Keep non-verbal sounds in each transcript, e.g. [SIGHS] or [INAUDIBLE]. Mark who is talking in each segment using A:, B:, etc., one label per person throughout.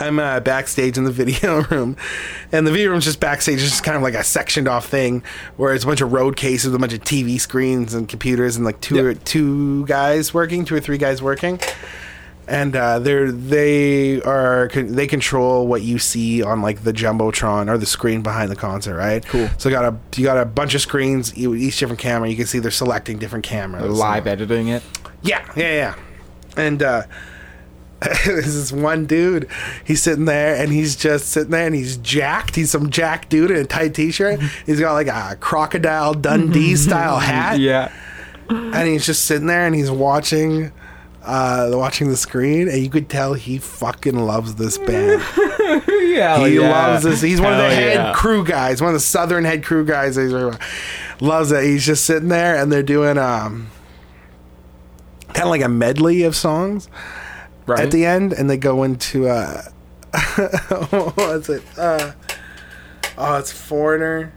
A: I'm uh, backstage in the video [LAUGHS] room, and the video room's just backstage, it's just kind of like a sectioned off thing where it's a bunch of road cases, a bunch of TV screens and computers, and like two or two guys working, two or three guys working, and uh, they're they are con- they control what you see on like the jumbotron or the screen behind the concert, right?
B: Cool.
A: So you got a you got a bunch of screens, e- each different camera. You can see they're selecting different cameras.
B: Live editing it.
A: Yeah, yeah, yeah. And uh, [LAUGHS] this is one dude. He's sitting there and he's just sitting there and he's jacked. He's some jacked dude in a tight t shirt. He's got like a crocodile Dundee style hat.
B: Yeah.
A: And he's just sitting there and he's watching. Uh, watching the screen, and you could tell he fucking loves this band.
B: Oh, Yeah.
A: He loves this. He's one of the
B: Hell
A: head
B: yeah.
A: crew guys, one of the southern head crew guys. He's like, loves it. He's just sitting there, and they're doing um, kind of like a medley of songs
B: Right.
A: at the end, and they go into uh, [LAUGHS] what's it? Uh, oh, it's Foreigner.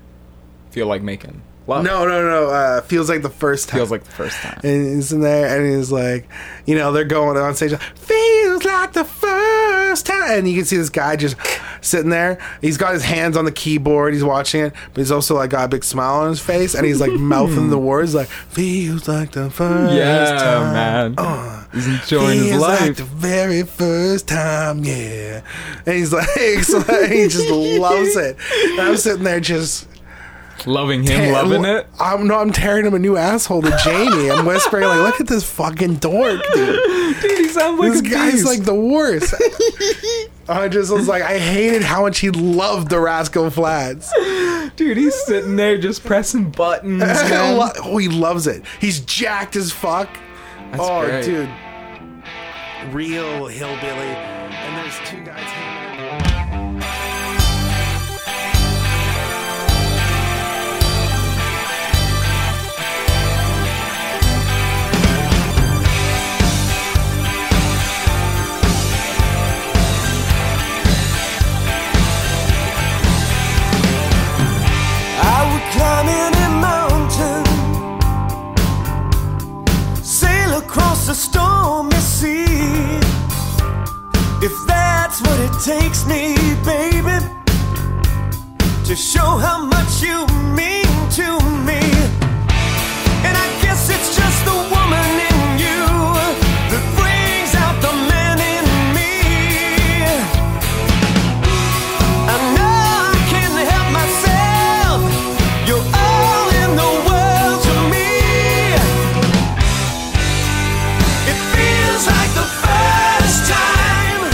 B: Feel like making love.
A: No, no, no. Uh, feels like the first time.
B: Feels like the first time.
A: And he's in there, and he's like, you know, they're going on stage. like, Feels like the first time, and you can see this guy just sitting there. He's got his hands on the keyboard. He's watching it, but he's also like got a big smile on his face, and
B: [LAUGHS]
A: he's like mouthing the words like "feels like the first
B: Yeah,
A: time."
B: man.
A: Uh,
B: He's enjoying his
A: "Feels like
B: life."
A: the very first time, yeah. And he's like, [LAUGHS] he's like- he just loves it. And I'm sitting there just
B: Loving him,
A: Hey,
B: loving
A: I'm,
B: it.
A: I'm no, I'm tearing him a new asshole to Jamie. I'm whispering like, "Look at this fucking dork, dude.
B: Dude, he sounds like
A: This
B: a
A: guy's
B: beast.
A: like the worst." I just was like, I hated how much he loved the Rascal
B: [LAUGHS]
A: Flats.
B: Dude, he's sitting there just
A: [LAUGHS]
B: pressing buttons. man.
A: Lo- oh, he loves it. He's jacked as fuck. oh,
B: great.
A: dude, real hillbilly. And there's two guys. hanging out.
C: I would climb any mountain, sail across a stormy sea. If that's what it takes me, baby, to show how much you mean to me. And I guess it's just the woman in you that brings out the man in me. I know I can't help myself. You're all in the world to me. It feels like the first time.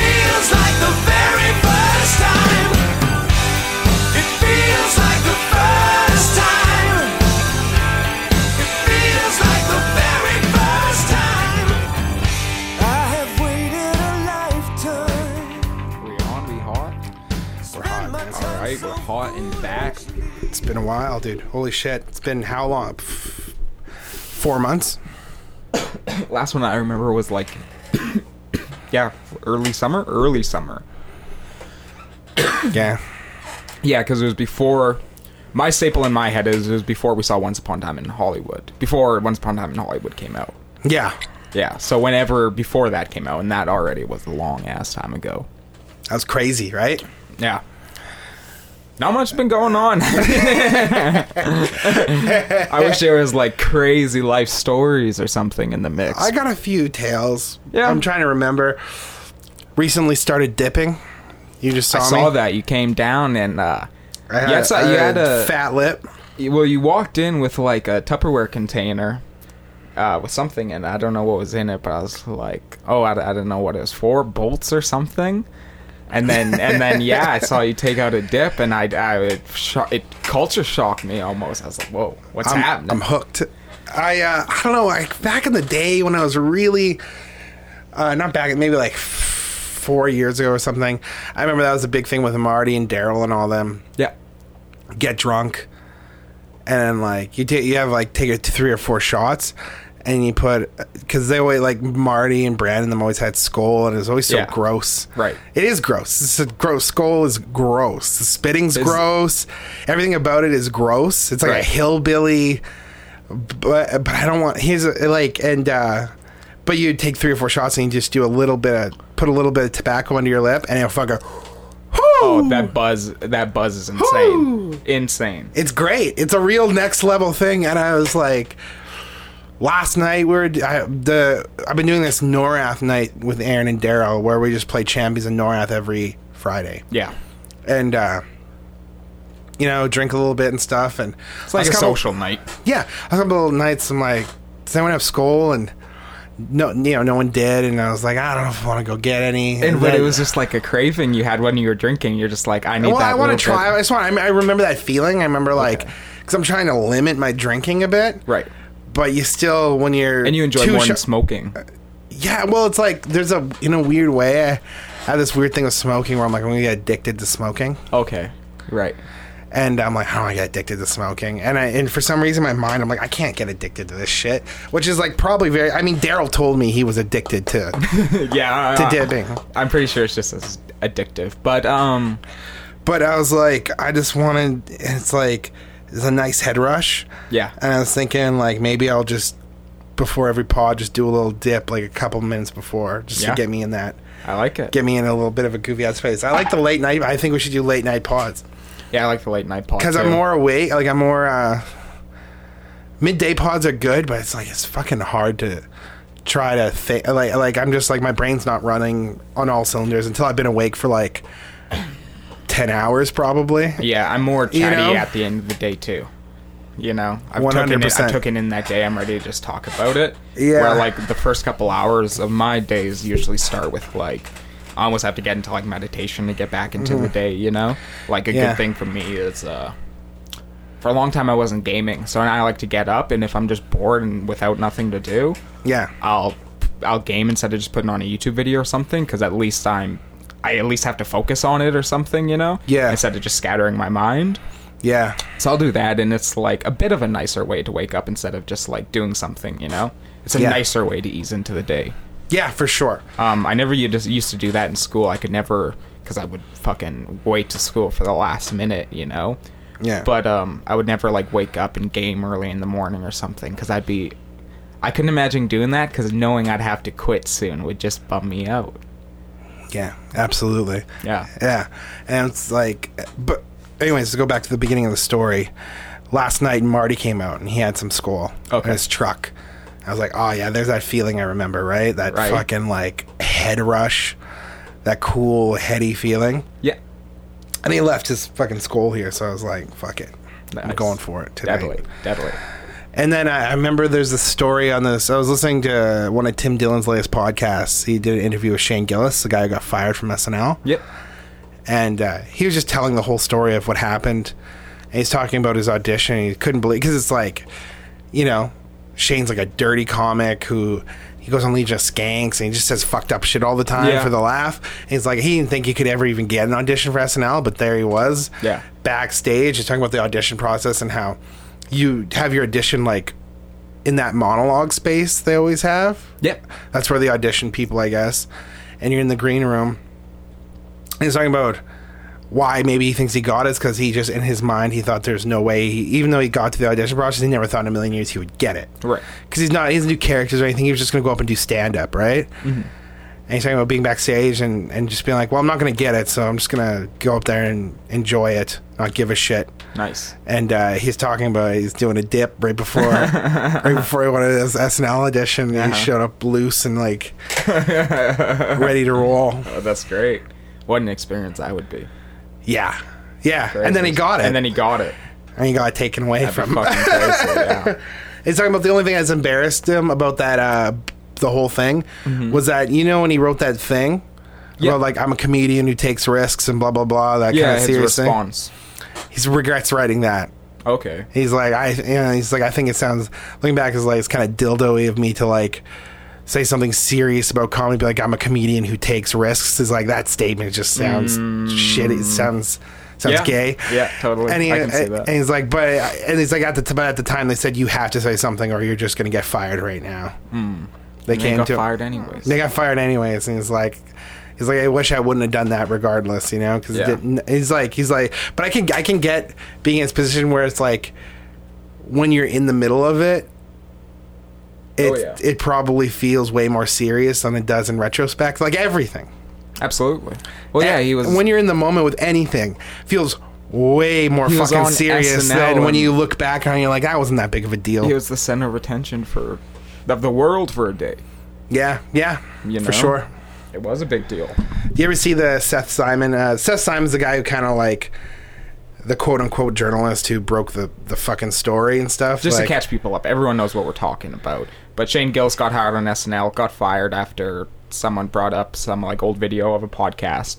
C: Feels like the very first time. It feels like the first time. It feels like the very first time. I have waited a lifetime.
B: we on, we hot.
C: We're
A: hot, man.
B: All right, we're hot and back.
A: It's been a while, dude. Holy shit! It's been how long? Pff, Four months.
B: Last one I remember was like, [COUGHS] yeah, early summer, early summer.
A: Yeah.
B: Yeah, because it was before. My staple in my head is it was before we saw Once Upon a Time in Hollywood. Before Once Upon a Time in Hollywood came out.
A: Yeah.
B: Yeah, so whenever before that came out, and that already was a long ass time ago.
A: That was crazy, right?
B: Yeah. Not much been going on. [LAUGHS] I wish there was like crazy life stories or something in the mix.
A: I got a few tales.
B: Yeah.
A: I'm trying to remember. Recently started dipping. You just saw
B: I
A: me.
B: saw that you came down and uh,
A: I had,
B: Yeah, I saw-
A: I
B: you
A: had
B: had
A: a
B: a-
A: fat lip.
B: well, you walked in with like a Tupperware container uh, with something in it. I don't know what was in it, but I was like, oh, I, I didn't know what it was for, bolts or something. And then, and [LAUGHS] then, yeah, I saw you take out a dip, and I, I it, sho it culture shocked me almost. I was like, whoa, what's
A: I'm,
B: happening?
A: I'm hooked. I uh, I don't know. Like back in the day when I was really, uh, not back, maybe like f- four years ago or something. I remember that was a big thing with Marty and Daryl and all them.
B: yeah,
A: get drunk, and then like you take you have like take a three or four shots, and you put because they always like Marty and Brandon them always had skull, and it was always so
B: Yeah.
A: gross.
B: Right.
A: it is gross. It's a gross. Skull is gross. The spitting's
B: It's-
A: gross. Everything about it is gross. It's like a
B: Right.
A: hillbilly, but but I don't want his like and. uh But you'd take three or four shots and you just do a little bit of put a little bit of tobacco under your lip and it'll fucking.
B: Oh, that buzz! That buzz is insane. Insane.
A: It's great. It's a real next level thing. And I was like, last night we were I, the I've been doing this Norath night with Aaron and Daryl where we just play Champions and Norath every Friday
B: Yeah.
A: and uh, you know drink a little bit and stuff. And
B: It's like a social night.
A: yeah, I was up a little nights. I'm like, does anyone have skull? And no, you know, no one did. And I was like, I don't know if I want to go get any.
B: And but
A: then-
B: it was just like a craving you had when you were drinking. You're just like, I need
A: well,
B: that.
A: I want to
B: little
A: try. I
B: bit.
A: just want. I, mean, I remember that feeling. I remember like because I'm trying to limit my drinking a bit,
B: Right.
A: But you still, when you're
B: And you enjoy
A: too
B: more
A: sho-
B: than smoking.
A: Yeah, well, it's like there's a in a weird way. I have this weird thing with smoking where I'm like, I'm gonna get addicted to smoking,
B: Okay. Right.
A: and I'm like, how do I get addicted to smoking? And I and for some reason, in my mind, I'm like, I can't get addicted to this shit, which is like probably very. I mean, Daryl told me he was addicted to
B: [LAUGHS] yeah.
A: to
B: [LAUGHS] I-
A: dipping.
B: I'm pretty sure it's just as addictive. But um,
A: But I was like, I just wanted. It's like it's a nice head rush.
B: Yeah.
A: And I was thinking like maybe I'll just before every pod just do a little dip like a couple minutes before just
B: Yeah.
A: to get me in that
B: I like it.
A: get me in a little bit of a goofy ass space. I like the late night. I think we should do late night pods
B: yeah, I like the late night pod.
A: because I'm
B: too.
A: more awake. Like I'm more uh, midday pods are good, but it's like it's fucking hard to try to think. Like like I'm just like my brain's not running on all cylinders until I've been awake for like ten hours probably.
B: Yeah, I'm more
A: You
B: chatty
A: know?
B: at the end of the day too. You know, I've taken it.
A: 100%.
B: I took it in that day. I'm ready to just talk about it.
A: Yeah.
B: Where like the first couple hours of my days usually start with like, I almost have to get into like meditation to get back into the day. You know, like a
A: Mm-hmm. Yeah.
B: good thing for me is uh, for a long time I wasn't gaming, so now I like to get up and if I'm just bored and without nothing to do,
A: Yeah.
B: I'll I'll game instead of just putting on a YouTube video or something because at least I'm I at least have to focus on it or something, you know?
A: Yeah.
B: Instead of just scattering my mind.
A: Yeah.
B: So I'll do that, and it's like a bit of a nicer way to wake up instead of just like doing something, you know? It's a
A: Yeah.
B: nicer way to ease into the day.
A: Yeah, for sure.
B: Um, I never u- just used to do that in school. I could never because I would fucking wait to school for the last minute, you know.
A: Yeah.
B: But um, I would never like wake up and game early in the morning or something because I'd be, I couldn't imagine doing that because knowing I'd have to quit soon would just bum me out.
A: Yeah, absolutely.
B: Yeah.
A: Yeah. And it's like, but, anyways, to go back to the beginning of the story, last night Marty came out and he had some skull
B: Okay.
A: in his truck. I was like, oh, yeah, there's that feeling I remember, right? That
B: Right.
A: fucking, like, head rush, that cool, heady feeling.
B: Yeah.
A: And he left his fucking skull here, so I was like, fuck it. I'm
B: Nice.
A: going for it today.
B: Deadly. Deadly.
A: And then I, I remember there's a story on this. I was listening to one of Tim Dillon's latest podcasts. He did an interview with Shane Gillis, the guy who got fired from SNL
B: Yep.
A: and uh, he was just telling the whole story of what happened. And he's talking about his audition. And he couldn't believe because it's like, you know, Shane's like a dirty comic who he goes on Legion of Skanks and he just says fucked up shit all the time
B: Yeah.
A: for the laugh. And he's like, he didn't think he could ever even get an audition for SNL, but there he was.
B: Yeah.
A: Backstage, he's talking about the audition process and how you have your audition like in that monologue space they always have.
B: Yep.
A: That's where the audition people, I guess. And you're in the green room. And he's talking about why maybe he thinks he got it because he just in his mind he thought there's no way. He, even though he got to the audition process, he never thought in a million years he would get it.
B: Right.
A: Because he's not he doesn't do characters or anything. He was just gonna go up and do stand up, right? And he's talking about being backstage and and just being like, well, I'm not gonna get it, so I'm just gonna go up there and enjoy it, not give a shit
B: Nice.
A: and uh, he's talking about he's doing a dip right
B: [LAUGHS]
A: before right before he went to his SNL audition.
B: Uh-huh.
A: and He showed up loose and
B: [LAUGHS]
A: like ready to roll.
B: Oh, that's great. What an experience I would be.
A: Yeah, yeah. And then he got it,
B: And then he
A: [LAUGHS]
B: got it.
A: and he got it taken away
B: That'd
A: from
B: be
A: him.
B: fucking crazy. Yeah.
A: [LAUGHS] He's talking about the only thing that's embarrassed him about that uh, the whole thing was that you know when he wrote that thing.
B: Mm-hmm. Yeah.
A: about, like I'm a comedian who takes risks and blah blah blah that
B: yeah,
A: kind of
B: his
A: serious thing.
B: response.
A: He regrets writing that.
B: Okay.
A: He's like, I, you know, he's like, I think it sounds. Looking back, is like it's kind of dildo-y of me to like say something serious about comedy, be like, I'm a comedian who takes risks. Is like that statement just sounds shitty. It sounds sounds
B: Mm. Yeah.
A: gay.
B: Yeah, totally.
A: And, he, uh,
B: I can see that.
A: and he's like, but and he's like at the t- but at the time they said you have to say something or you're just gonna get fired right now. They
B: He
A: came
B: Hmm. got
A: to
B: fired anyways.
A: They got fired anyways, and he's like. He's like, I wish I wouldn't have done that, regardless, you know, because
B: Yeah.
A: didn't. He's like, he's like, but I can, I can get being in this position where it's like, when you're in the middle of it, it
B: Oh, yeah.
A: it probably feels way more serious than it does in retrospect. Like everything.
B: Absolutely. Well, yeah, he was.
A: When you're in the moment with anything, feels way more
B: He was
A: fucking
B: on
A: serious
B: SNL
A: than when
B: and-
A: you look back on. it, You're like, that wasn't that big of a deal.
B: he was the center of attention for of the world for a day.
A: yeah, yeah,
B: You
A: for
B: know?
A: sure.
B: It was a big deal.
A: Do you ever see the Seth Simon? Uh, Seth Simon's the guy who kind of like the quote unquote journalist who broke the the fucking story and stuff.
B: Just
A: like-
B: to catch people up. Everyone knows what we're talking about. But Shane Gillis got hired on SNL, got fired after someone brought up some like old video of a podcast.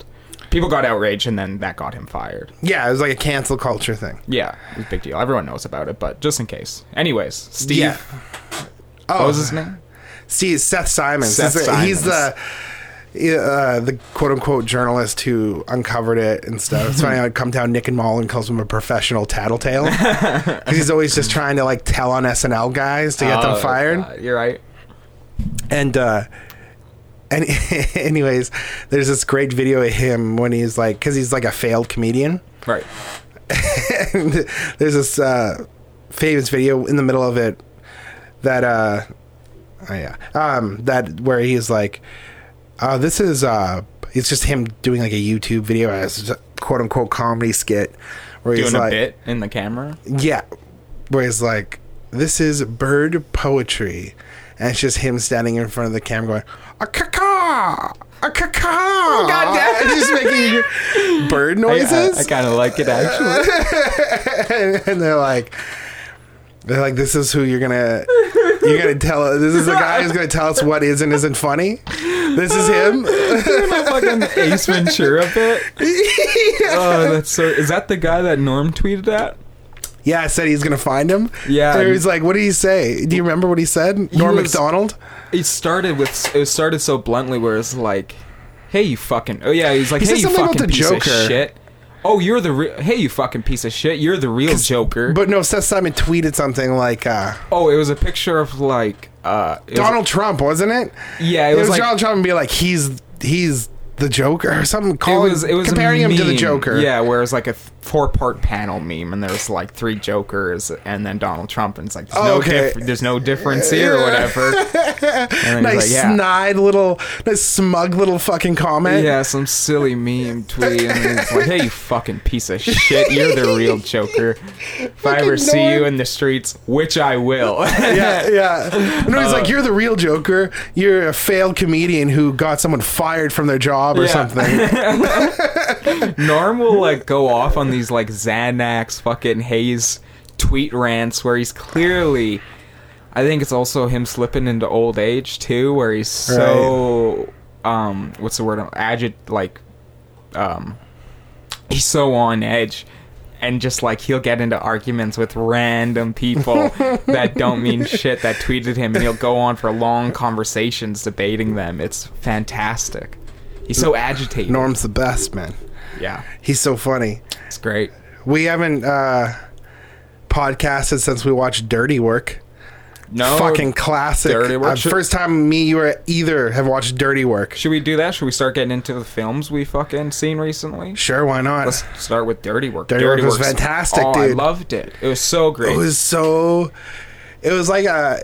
B: People got outraged, and then that got him fired.
A: Yeah, it was like a cancel culture thing.
B: Yeah, it was a big deal. Everyone knows about it, but just in case. Anyways, Steve.
A: Yeah.
B: What was his name?
A: Oh, See, Seth Simons.
B: Oh, Seth
A: he's, the- he's
B: Simons.
A: the uh, the quote unquote journalist who uncovered it and stuff. It's funny how it come down Nick and Mullen calls him a professional
B: [LAUGHS]
A: tattletale 'Cause he's always just trying to like tell on SNL guys to get
B: Oh,
A: them fired.
B: God, you're right.
A: And uh, and [LAUGHS] anyways, there's this great video of him when he's like, because he's like a failed comedian. [LAUGHS]
B: Right.
A: and there's this uh, famous video in the middle of it that uh oh yeah um that where he's like uh this is uh it's just him doing like a youtube video as a quote unquote comedy skit where he's
B: Doing a
A: like
B: bit in the camera.
A: yeah where he's like this is bird poetry and it's just him standing in front of the camera going a caca a caca oh,
B: God damn
A: [LAUGHS]
B: it.
A: just making bird
B: I,
A: noises
B: kind of like it actually.
A: [LAUGHS] and, and they're like they're like this is who you're gonna you're gonna tell us this is the guy who's gonna tell us what is and isn't funny this is him [LAUGHS]
B: Doing a fucking Ace Ventura [LAUGHS] bit. Oh, that's so. Is that the guy that Norm tweeted at?
A: yeah i said he's gonna find him
B: Yeah.
A: and he's like what did he say do you remember what he said norm
B: was-
A: mcdonald
B: It started with. It started so bluntly, where it's like, "Hey, you fucking." Oh yeah, he's like,
A: He
B: "Hey,
A: said
B: you
A: something about
B: fucking
A: the
B: piece
A: Joker.
B: of shit." Oh, you're the. Re- hey, you fucking piece of shit. You're the real Joker.
A: but no seth simon tweeted something like uh
B: oh, it was a picture of like uh it was-
A: donald trump wasn't it
B: Yeah,
A: it,
B: it,
A: was,
B: was, like.
A: donald trump and be like he's he's the joker or something
B: it
A: calling
B: was, it was a
A: Oh, comparing him to the
B: meme.
A: joker
B: Yeah, where it was like a four part panel meme, and there's like three Jokers, and then Donald Trump, and it's like, there's,
A: Oh,
B: no,
A: okay.
B: diff- there's no difference here or
A: [LAUGHS]
B: whatever. And then he's
A: nice
B: like, yeah.
A: snide little nice smug little fucking comment
B: Yeah, some silly meme tweet, and it's like, "Hey, you fucking piece of shit! You're the real Joker. If I ever
A: Fucking
B: see you
A: Norm.
B: in the streets, which I will." [LAUGHS]
A: yeah, yeah. No, he's
B: Uh,
A: like, you're the real Joker. You're a failed comedian who got someone fired from their job or
B: Yeah. [LAUGHS]
A: something.
B: Norm will like go off on these like Xanax fucking Hayes tweet rants where he's clearly. I think it's also him slipping into old age too, where he's so um, what's the word? Agit like um, he's so on edge and just like he'll get into arguments with random people that don't mean shit that tweeted him and he'll go on for long conversations debating them it's fantastic he's so agitated
A: Norm's the best, man.
B: yeah
A: He's so funny.
B: it's great
A: We haven't uh, podcasted since we watched Dirty Work.
B: no
A: Fucking classic.
B: Oh, Dirty Work
A: Uh,
B: should-
A: first time me, you, or either have watched Dirty Work.
B: should we do that should we start getting into the films we fucking seen recently
A: Sure, why not?
B: let's start with dirty work
A: Dirty Work was
B: Work's-
A: fantastic,
B: oh, i
A: dude.
B: loved it it was so great
A: It was so. It was like a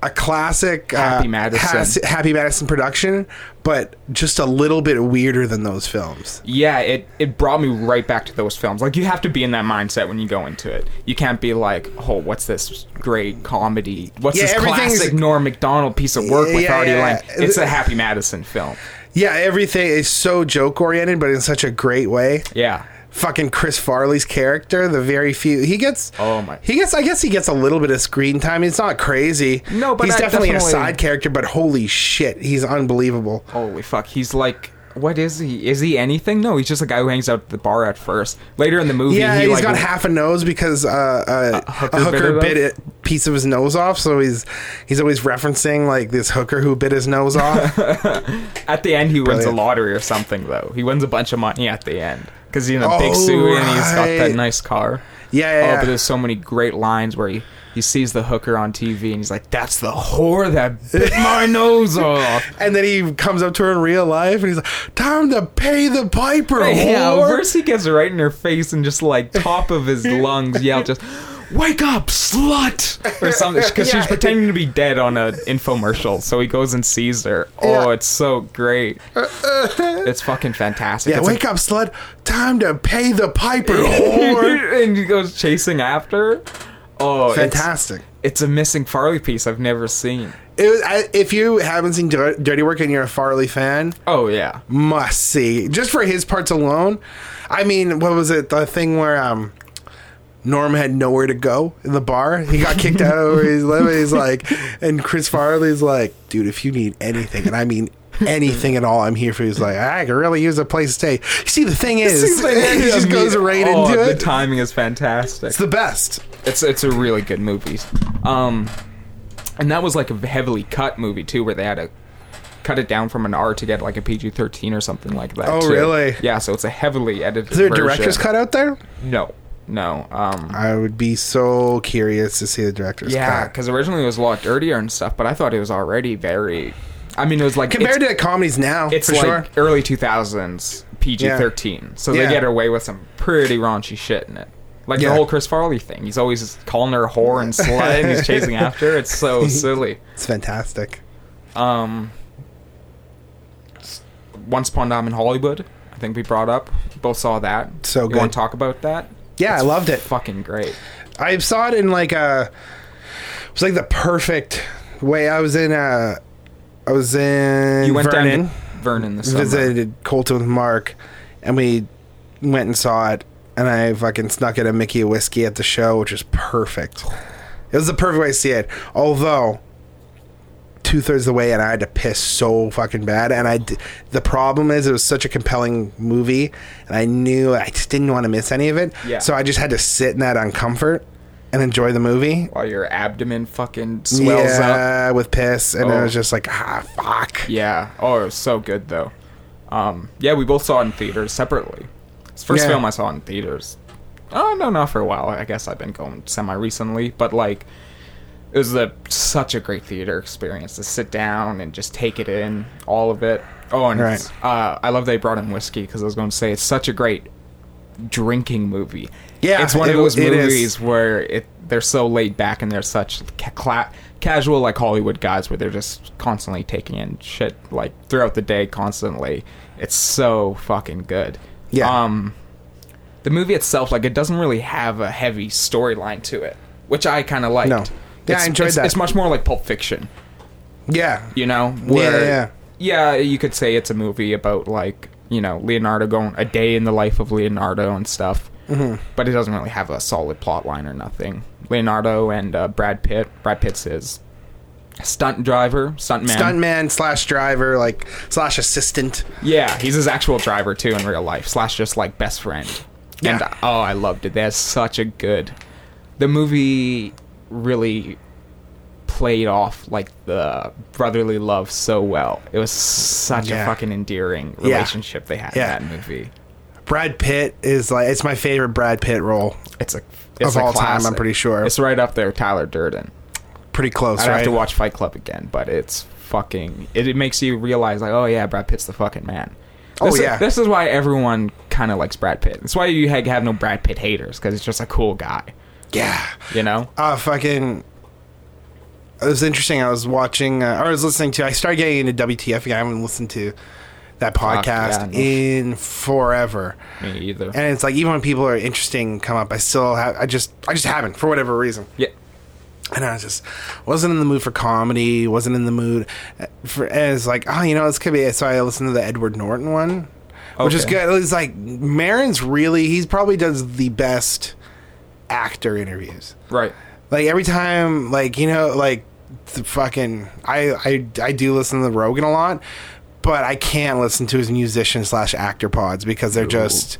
A: a classic uh,
B: Happy Madison.
A: Happy Madison production, but just a little bit weirder than those films.
B: yeah, it, it brought me right back to those films. Like you have to be in that mindset when you go into it. You can't be like, oh, what's this great comedy? What's
A: Yeah,
B: this
A: everything's-
B: classic Norm Macdonald piece of work with
A: Yeah,
B: Artie
A: yeah.
B: Lang? It's a Happy Madison film.
A: Yeah, everything is so joke oriented, but in such a great way.
B: Yeah,
A: Fucking Chris Farley's character, the very few he gets.
B: Oh my-
A: He gets. I guess he gets a little bit of screen time. He's not crazy.
B: No, but
A: he's
B: I
A: definitely, a
B: definitely-
A: side character. But holy shit, he's unbelievable.
B: holy fuck, he's like. What is he? Is he anything? No, he's just a guy who hangs out at the bar at first. Later in the movie,
A: Yeah,
B: he
A: he's
B: like
A: got half a nose because uh, uh, a hooker,
B: hooker bit it
A: bit
B: off?
A: a piece of his nose off. So he's he's always referencing like this hooker who bit his nose [LAUGHS] off.
B: at the end he wins a
A: Brilliant.
B: lottery or something though. He wins a bunch of money at the end because he's in a big
A: Oh,
B: suit and he's got that
A: right.
B: nice car.
A: Yeah, yeah,
B: Oh,
A: yeah.
B: but there's so many great lines where he, he sees the hooker on TV and he's like, "That's the whore that bit [LAUGHS] my nose off."
A: and then he comes up to her in real life, and he's like, "Time to pay the piper."
B: Yeah,
A: whore."
B: [LAUGHS] worse he gets right in her face and just like top of his lungs yell just. "Wake up, slut!" or something, [LAUGHS] because she's pretending to be dead on an infomercial. So he goes and sees her. Oh,
A: Yeah.
B: it's so [LAUGHS] great. It's fucking fantastic.
A: Yeah,
B: it's
A: wake up, slut. Time to pay the [LAUGHS] piper, whore.
B: and he goes chasing after. her. Oh, it's-
A: Fantastic.
B: It's, a missing Farley piece I've never seen.
A: It was, I, if you haven't seen Dir- Dirty Work and you're a Farley fan,
B: Oh yeah,
A: must see. Just for his parts alone. I mean, what was it? The thing where um, Norm had nowhere to go in the bar. He got kicked out over
B: [LAUGHS]
A: his limit. He's like, and Chris Farley's like, dude, if you need anything, and I mean anything at all, I'm here for you. He's like, I could really use a place to stay. You see, the
B: [LAUGHS]
A: thing is, [LAUGHS] he just goes right
B: Oh,
A: into it.
B: The timing is fantastic.
A: it's the best.
B: It's it's a really good movie. Um, and that was like a heavily cut movie too, where they had to cut it down from an R to get like a PG thirteen or something like that.
A: Oh,
B: too.
A: really?
B: Yeah. So it's a heavily edited.
A: Is there a
B: version.
A: director's cut out there?
B: No, no. Um,
A: I would be so curious to see the director's
B: yeah,
A: cut.
B: because originally it was a lot dirtier and stuff, but I thought it was already very. I mean, it was like
A: Compared
B: it's,
A: to the comedies now,
B: it's
A: for
B: like
A: sure.
B: early two thousands PG thirteen, so
A: Yeah.
B: they get away with some pretty raunchy shit in it. Like
A: Yeah.
B: the whole Chris Farley thing. He's always calling her whore and slut and
A: [LAUGHS]
B: he's chasing after her. It's so silly.
A: It's fantastic.
B: um s- Once Upon a Time in Hollywood. I think we brought up. Both saw that.
A: So
B: You want
A: good.
B: to talk about that?
A: Yeah, I loved it.
B: Fucking great.
A: I saw it in like a. It was like the perfect way. I was in a. I was in.
B: You went
A: Vernon,
B: down to Vernon this summer.
A: visited Colton with Mark, and we went and saw it. And I fucking snuck in a Mickey whiskey at the show, which is perfect. It was the perfect way to see it. Although two thirds of the way, and I had to piss so fucking bad. And I, d- the problem is, it was such a compelling movie, and I knew I just didn't want to miss any of it.
B: Yeah.
A: So I just had to sit in that uncomfort and enjoy the movie.
B: While your abdomen fucking swells up.
A: yeah, with piss, and it
B: Oh.
A: was just like, ah, fuck.
B: Yeah. Oh, it was so good though. Um, yeah, we both saw it in theaters separately. It's the first
A: Yeah.
B: film I saw in theaters. Oh no, not for a while. I guess I've been going semi recently, but like, it was a, such a great theater experience to sit down and just take it in, all of it. Oh, and it's- uh, I love they brought in whiskey because I was going to say it's such a great drinking movie.
A: Yeah,
B: it's one
A: it-
B: of those
A: it is.
B: movies where it they're so laid back and they're such ca- cla- casual like Hollywood guys where they're just constantly taking in shit like throughout the day constantly. It's so fucking good.
A: Yeah.
B: Um the movie itself like it doesn't really have a heavy storyline to it, which I kind of liked.
A: No. Yeah, I
B: It's-
A: enjoyed
B: it's-
A: that.
B: It's much more like Pulp Fiction
A: Yeah.
B: you know
A: Yeah, yeah.
B: yeah you could say it's a movie about like you know leonardo going a day in the life of leonardo and stuff mm-hmm. but it doesn't really have a solid plot line or nothing leonardo and uh, brad pitt brad pitt's his stunt driver stuntman
A: Stuntman slash driver, like slash assistant.
B: yeah he's his actual driver too in real life slash just like best friend and
A: Yeah.
B: oh i loved it that's such a good the movie really played off like the brotherly love so well. It was such
A: Yeah.
B: a fucking endearing
A: Yeah.
B: relationship they had
A: Yeah.
B: in that movie.
A: Brad Pitt is like it's my favorite Brad Pitt role.
B: It's a it's
A: Of
B: a
A: all time, I'm
B: classic.
A: pretty sure.
B: It's right up there with Tyler Durden.
A: Pretty close,
B: I
A: right?
B: have to watch Fight Club again, but it's fucking it, it makes you realize like, oh yeah, Brad Pitt's the fucking man.
A: Oh,
B: This is-
A: yeah.
B: this is why everyone kind of likes Brad Pitt. That's why you ha- have no Brad Pitt haters because he's just a cool guy,
A: Yeah.
B: you know.
A: Uh, fucking. It was interesting. I was watching, uh, or I was listening to. I started getting into WTF again. I haven't listened to that
B: Fuck,
A: podcast
B: yeah, no
A: in forever.
B: Me either.
A: Uh, And it's like even when people are interesting come up, I still have. I just, I just haven't for whatever reason.
B: yeah.
A: and I was just wasn't in the mood for comedy, wasn't in the mood uh, for as like oh you know this could be it. so I listened to the Edward Norton one, which is
B: Okay.
A: good. It's like Marin's really he's probably does the best actor interviews.
B: Right.
A: Like every time, like you know, like the fucking I I I do listen to Rogan a lot, but I can't listen to his musician slash actor pods because they're just.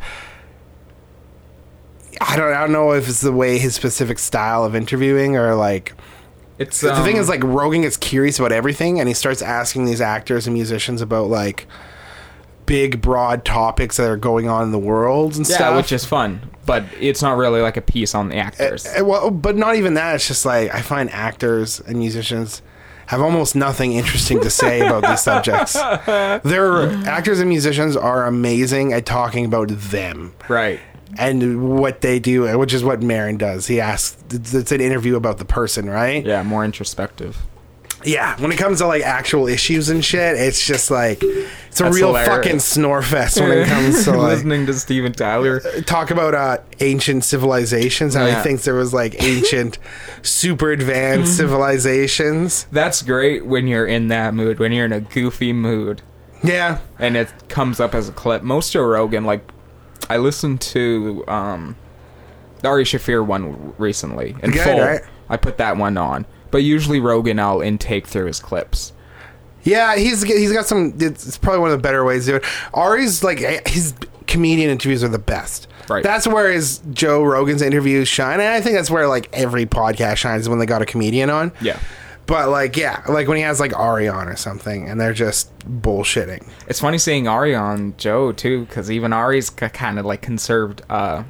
A: I don't. I don't know if it's the way his specific style of interviewing or like
B: It's
A: the thing
B: um,
A: is like Rogan gets curious about everything and he starts asking these actors and musicians about like big broad topics that are going on in the world and
B: Yeah,
A: stuff.
B: which is fun, but it's not really like a piece on the actors.
A: Eh, well, but not even that. It's just like I find actors and musicians have almost nothing interesting to say about these
B: [LAUGHS]
A: subjects. They're actors and musicians are amazing at talking about them.
B: right.
A: and what they do, which is what Marin does. He asks, it's an interview about the person, right?
B: Yeah, more introspective.
A: Yeah, when it comes to like actual issues and shit, it's just like it's a
B: That's
A: real
B: hilarious.
A: fucking snore fest [LAUGHS] when it comes
B: [LAUGHS]
A: to like
B: listening to Steven Tyler.
A: talk about uh, ancient civilizations. How
B: Yeah. Mm-hmm.
A: he thinks there was like
B: [LAUGHS]
A: ancient, super advanced civilizations.
B: That's great when you're in that mood, when you're in a goofy mood,
A: Yeah,
B: and it comes up as a clip. Most of Rogan, like, I listened to um, the Ari Shafir one recently in
A: Good,
B: full.
A: right?
B: I put that one on, but usually Rogan I'll intake through his clips.
A: yeah. He's he's got some. It's it's probably one of the better ways to do it. Ari's like eh, his comedian interviews are the best.
B: Right.
A: That's where his Joe Rogan's interviews shine, and I think that's where like every podcast shines when they got a comedian on.
B: Yeah.
A: But like, yeah, like when he has like Ari on or something, and they're just bullshitting.
B: It's funny seeing Ari on Joe too, because even Ari's kind of like conserved, uh,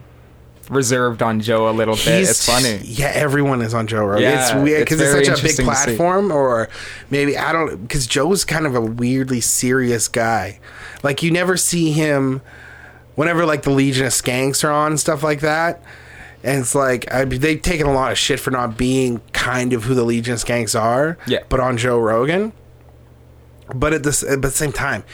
B: reserved on Joe a little bit.
A: He's-
B: It's funny.
A: Yeah, everyone is on Joe Rogan.
B: Yeah,
A: it's weird
B: it's
A: because it's,
B: very
A: such a big
B: interesting to see.
A: platform, or maybe I don't. Because Joe's kind of a weirdly serious guy. Like you never see him. Whenever like the Legion of Skanks are on and stuff like that, and it's like I, they've taken a lot of shit for not being kind of who the Legion of Skanks are.
B: Yeah.
A: but on Joe Rogan. But at this, but at the same time.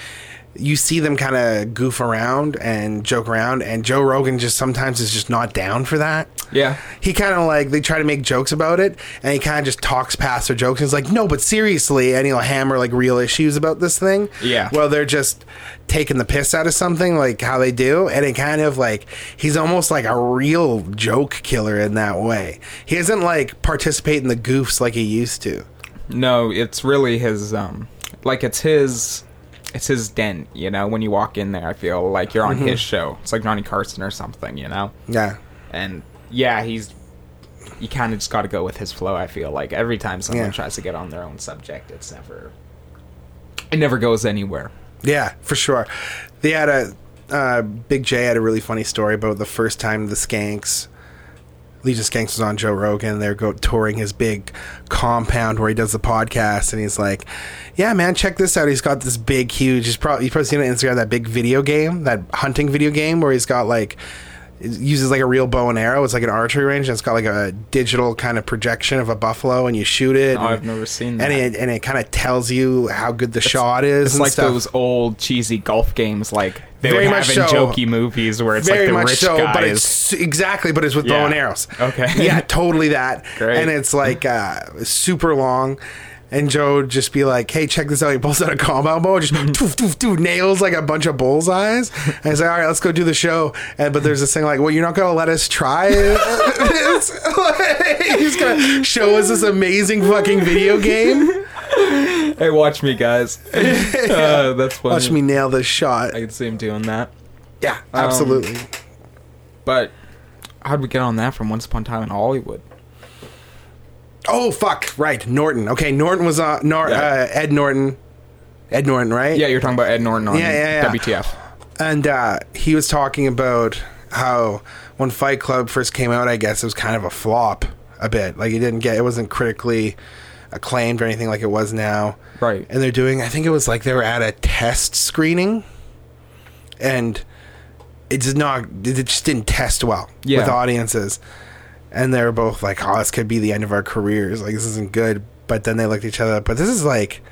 A: You see them kind of goof around and joke around, and Joe Rogan just sometimes is just not down for that
B: Yeah.
A: he kind of like they try to make jokes about it and he kind of just talks past their jokes and he's like no but seriously and he'll hammer like real issues about this thing
B: Yeah.
A: well they're just taking the piss out of something like how they do and it kind of like he's almost like a real joke killer in that way he doesn't like participate in the goofs like he used to
B: No, it's really his um like it's his it's his dent, you know, when you walk in there I feel like you're
A: Mm-hmm.
B: on his show. It's like Johnny Carson or something, you know?
A: yeah
B: And yeah, he's you kinda just gotta go with his flow, I feel like. Every time someone
A: Yeah.
B: tries to get on their own subject, it's never it never goes anywhere.
A: Yeah, for sure. They had a uh, Big J had a really funny story about the first time the Skanks, Legion Skanks was on Joe Rogan. They're go touring his big compound where he does the podcast, and he's like, "Yeah, man, check this out. He's got this big, huge. He's probably you've probably seen it on Instagram that big video game, that hunting video game where he's got like." It uses like a real bow and arrow. It's like an archery range. And it's got like a digital kind of projection of a buffalo, and you shoot it.
B: Oh, I've
A: and-
B: never seen that.
A: And it and it kind of tells you how good the shot is.
B: It's
A: and
B: like
A: stuff.
B: those old cheesy golf games like they
A: Very
B: would
A: much
B: have in
A: so.
B: jokey movies where it's like the rich guy
A: but
B: is
A: it's exactly, but it's with bow
B: Yeah.
A: and arrows.
B: Okay.
A: [LAUGHS] yeah, totally that.
B: Great.
A: And it's like uh, super long. And Joe would just be like, "Hey, check this out." He pulls out a compound bow,
B: [LAUGHS]
A: just doof, doof, doof, nails like a bunch of bullseyes. And he's like, "All right, let's go do the show." And but there's this thing like, "Well, you're not gonna let us try [LAUGHS] this." [LAUGHS] Like, he's gonna show us this amazing fucking video game.
B: Hey, watch
A: [LAUGHS]
B: me guys. uh, that's funny.
A: Watch me nail this shot.
B: I Um, can see him doing that.
A: Yeah, absolutely.
B: But how'd we get on that from Once Upon a Time in Hollywood?
A: Oh fuck! Right, Norton. Okay, Norton was on Nor-
B: Yeah.
A: uh, Ed Norton. Ed Norton, right?
B: Yeah, you're talking about Ed Norton on
A: Yeah, yeah, yeah.
B: WTF.
A: And uh, he was talking about how when Fight Club first came out, I guess it was kind of a flop a bit. Like it didn't get, it wasn't critically acclaimed or anything like it was now.
B: Right.
A: And they're doing, I think it was like they were at a test screening, and it did not, it just didn't test well
B: Yeah.
A: with audiences. And they were both like, "Oh, this could be the end of our careers. Like this isn't good." But then they looked at each other. But this is like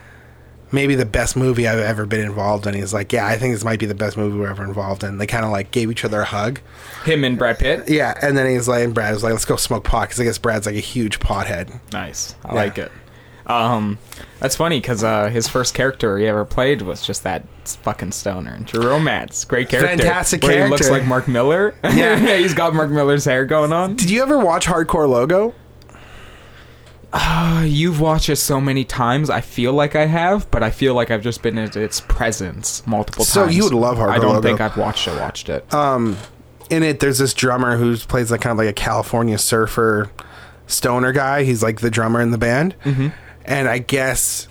A: maybe the best movie I've ever been involved in. He's like, yeah, I think this might be the best movie we're ever involved in. They kind of like gave each other a hug.
B: Him and Brad Pitt.
A: Yeah, and then he's like, and Brad was like, let's go smoke pot because I guess Brad's like a huge pothead.
B: Nice. I like it. Um, that's funny because uh, his first character he ever played was just that fucking stoner. Drew Romance, great character.
A: Fantastic
B: Where He looks
A: character.
B: like Mark Miller. Yeah, [LAUGHS] he's got Mark Miller's hair going on.
A: Did you ever watch Hardcore Logo?
B: Uh, you've watched it so many times. I feel like I have, but I feel like I've just been in its presence multiple
A: So
B: times.
A: you would love Uh, Hardcore
B: I don't
A: Logo.
B: think I've watched it. Watched it.
A: In it, there's this drummer who plays like kind of like a California surfer stoner guy. He's like the drummer in the band, and I guess.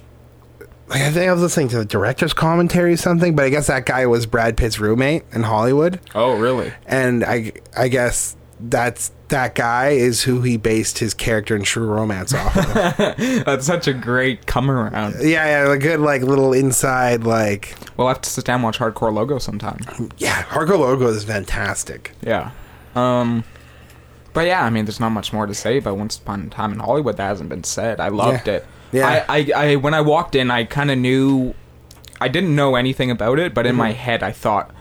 A: Like, I think I was listening to the director's commentary or something, but I guess that guy was Brad Pitt's roommate in Hollywood.
B: oh, really?
A: and I I guess that's that guy is who he based his character in True Romance off of.
B: [LAUGHS] That's such a great come around.
A: yeah, yeah, a good like little inside like
B: We'll have to sit down and watch Hardcore Logo sometime.
A: yeah, Hardcore Logo is fantastic.
B: Yeah. Um, but yeah, I mean, there's not much more to say about Once Upon a Time in Hollywood that hasn't been said. I loved
A: Yeah.
B: it.
A: Yeah.
B: I, I, I, when I walked in, I kind of knew, I didn't know anything about it, but in
A: Mm-hmm.
B: my head, I thought,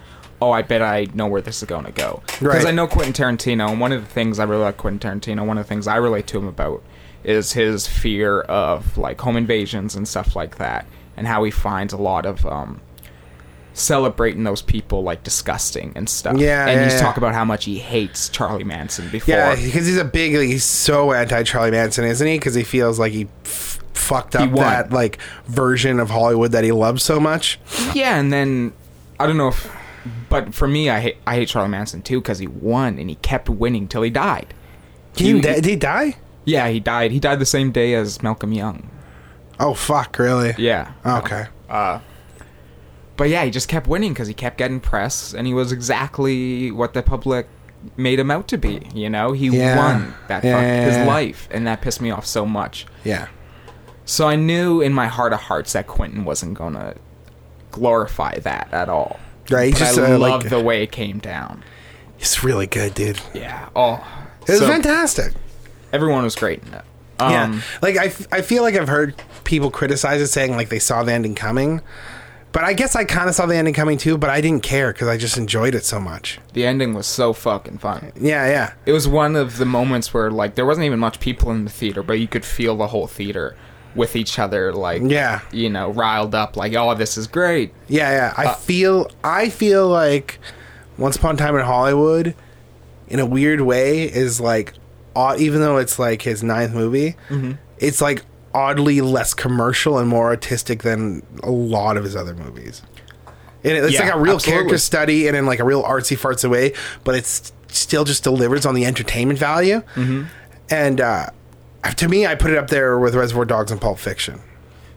B: oh, I bet I know where this is going to go. Because
A: Right.
B: I know Quentin Tarantino, and one of the things I really like Quentin Tarantino, one of the things I relate to him about is his fear of like home invasions and stuff like that, and how he finds a lot of um, celebrating those people like disgusting and stuff.
A: Yeah,
B: and
A: yeah,
B: he's
A: yeah.
B: talking about how much he hates Charlie Manson before.
A: Yeah, because he's a big. Like, he's so anti Charlie Manson, isn't he? Because he feels like he f- fucked up
B: won.
A: that like version of Hollywood that he loves so much.
B: Yeah,
A: [LAUGHS]
B: and then I don't know if, but for me, I hate I hate Charlie Manson too because he won and he kept winning till he died.
A: He,
B: You-
A: di- did he die?
B: Yeah, he died. He died the same day as Malcolm Young.
A: Oh fuck! Really?
B: Yeah.
A: Okay.
B: But yeah, he just kept winning because he kept getting press, and he was exactly what the public made him out to be. You know, he
A: Yeah.
B: won that
A: Yeah,
B: fuck,
A: yeah, yeah.
B: his life, and that pissed me off so much.
A: Yeah.
B: So I knew in my heart of hearts that Quentin wasn't gonna glorify that at all.
A: Right, he's
B: But
A: just,
B: I
A: uh,
B: love
A: like-
B: the way it came down.
A: It's really good, dude.
B: Yeah. Oh,
A: It was
B: so
A: fantastic.
B: Everyone was great in it. Um,
A: yeah. Like I, f- I feel like I've heard people criticize it, saying like they saw the ending coming. But I guess I kind of saw the ending coming too, but I didn't care because I just enjoyed it so much.
B: The ending was so fucking fun.
A: Yeah, yeah.
B: It was one of the moments where like there wasn't even much people in the theater, but you could feel the whole theater with each other, like
A: Yeah.
B: you know, riled up, like oh, this is great.
A: Yeah, yeah. I feel I feel like Once Upon a Time in Hollywood, in a weird way, is like odd, even though it's like his ninth movie, it's like oddly less commercial and more artistic than a lot of his other movies. And it- it's
B: Yeah,
A: like a real
B: absolutely.
A: character study and in like a real artsy fartsy way, but it's still just delivers on the entertainment value. Mm-hmm. And uh, to me, I put it up there with Reservoir Dogs and Pulp Fiction.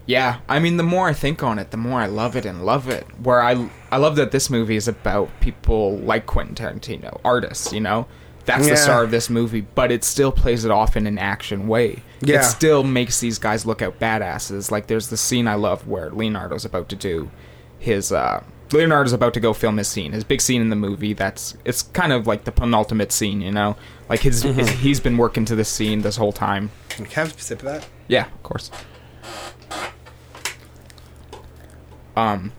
B: Yeah, I mean, the more I think on it, the more I love it and love it. Where I I love that this movie is about people like Quentin Tarantino, artists. You know, that's
A: Yeah.
B: the star of this movie, but it still plays it off in an action way.
A: Yeah.
B: It still makes these guys look out badasses. Like there's the scene I love where Leonardo's about to do his. uh Leonardo's about to go film his scene, his big scene in the movie. That's it's kind of like the penultimate scene, you know. Like his, his
A: Mm-hmm.
B: he's been working to this scene this whole time.
A: Can I have a sip of that?
B: Yeah, of course. Um,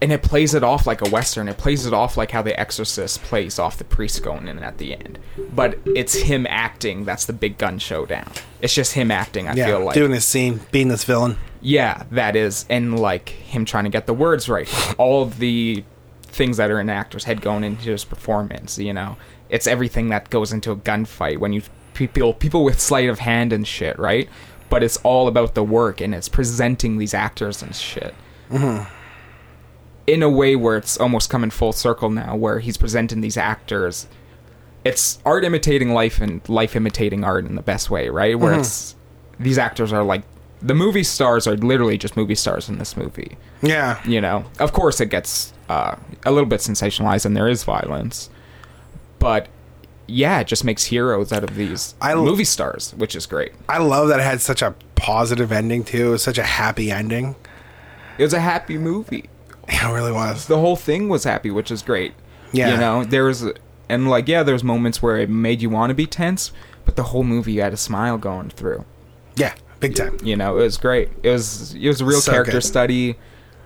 B: and it plays it off like a western. It plays it off like how The Exorcist plays off the priest going in at the end. But it's him acting. That's the big gun showdown. It's just him acting. I
A: Yeah,
B: feel like
A: doing this scene, being this villain.
B: yeah, that is, and like him trying to get the words right, all of the things that are in an actor's head going into his performance. You know, it's everything that goes into a gunfight when you people people with sleight of hand and shit, right? But it's all about the work and it's presenting these actors and shit in a way where it's almost coming full circle now, where he's presenting these actors. It's art imitating life and life imitating art in the best way, right?
A: Mm-hmm.
B: Where it's these actors are like the movie stars are literally just movie stars in this movie.
A: Yeah.
B: You know, of course it gets uh, a little bit sensationalized and there is violence, but yeah, it just makes heroes out of these
A: I l-
B: movie stars, which is great.
A: I love that it had such a positive ending too. It was such a happy ending. [LAUGHS]
B: It was a happy movie.
A: Yeah, it really was.
B: the whole thing was happy, which is great.
A: Yeah.
B: You know, there was, and like, yeah, there's moments where it made you want to be tense, but the whole movie you had a smile going through.
A: Yeah, big time.
B: You know, it was great. It was it was a real
A: So
B: character
A: good.
B: study,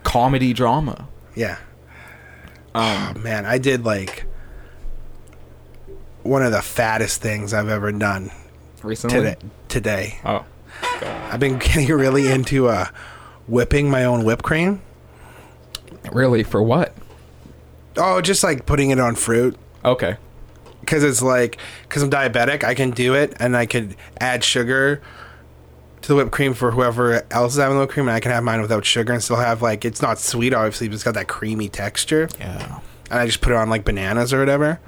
B: comedy drama.
A: Yeah. oh man, I did like one of the fattest things I've ever done
B: Recently,
A: today. Today,
B: oh,
A: I've been [LAUGHS] getting really into uh, whipping my own whipped cream.
B: really? For what?
A: Oh, just like putting it on fruit.
B: Okay.
A: because it's like because I'm diabetic, I can do it, and I could add sugar to the whipped cream for whoever else is having the whipped cream, and I can have mine without sugar and still have like it's not sweet, obviously, but it's got that creamy texture,
B: Yeah,
A: and I just put it on like bananas or whatever.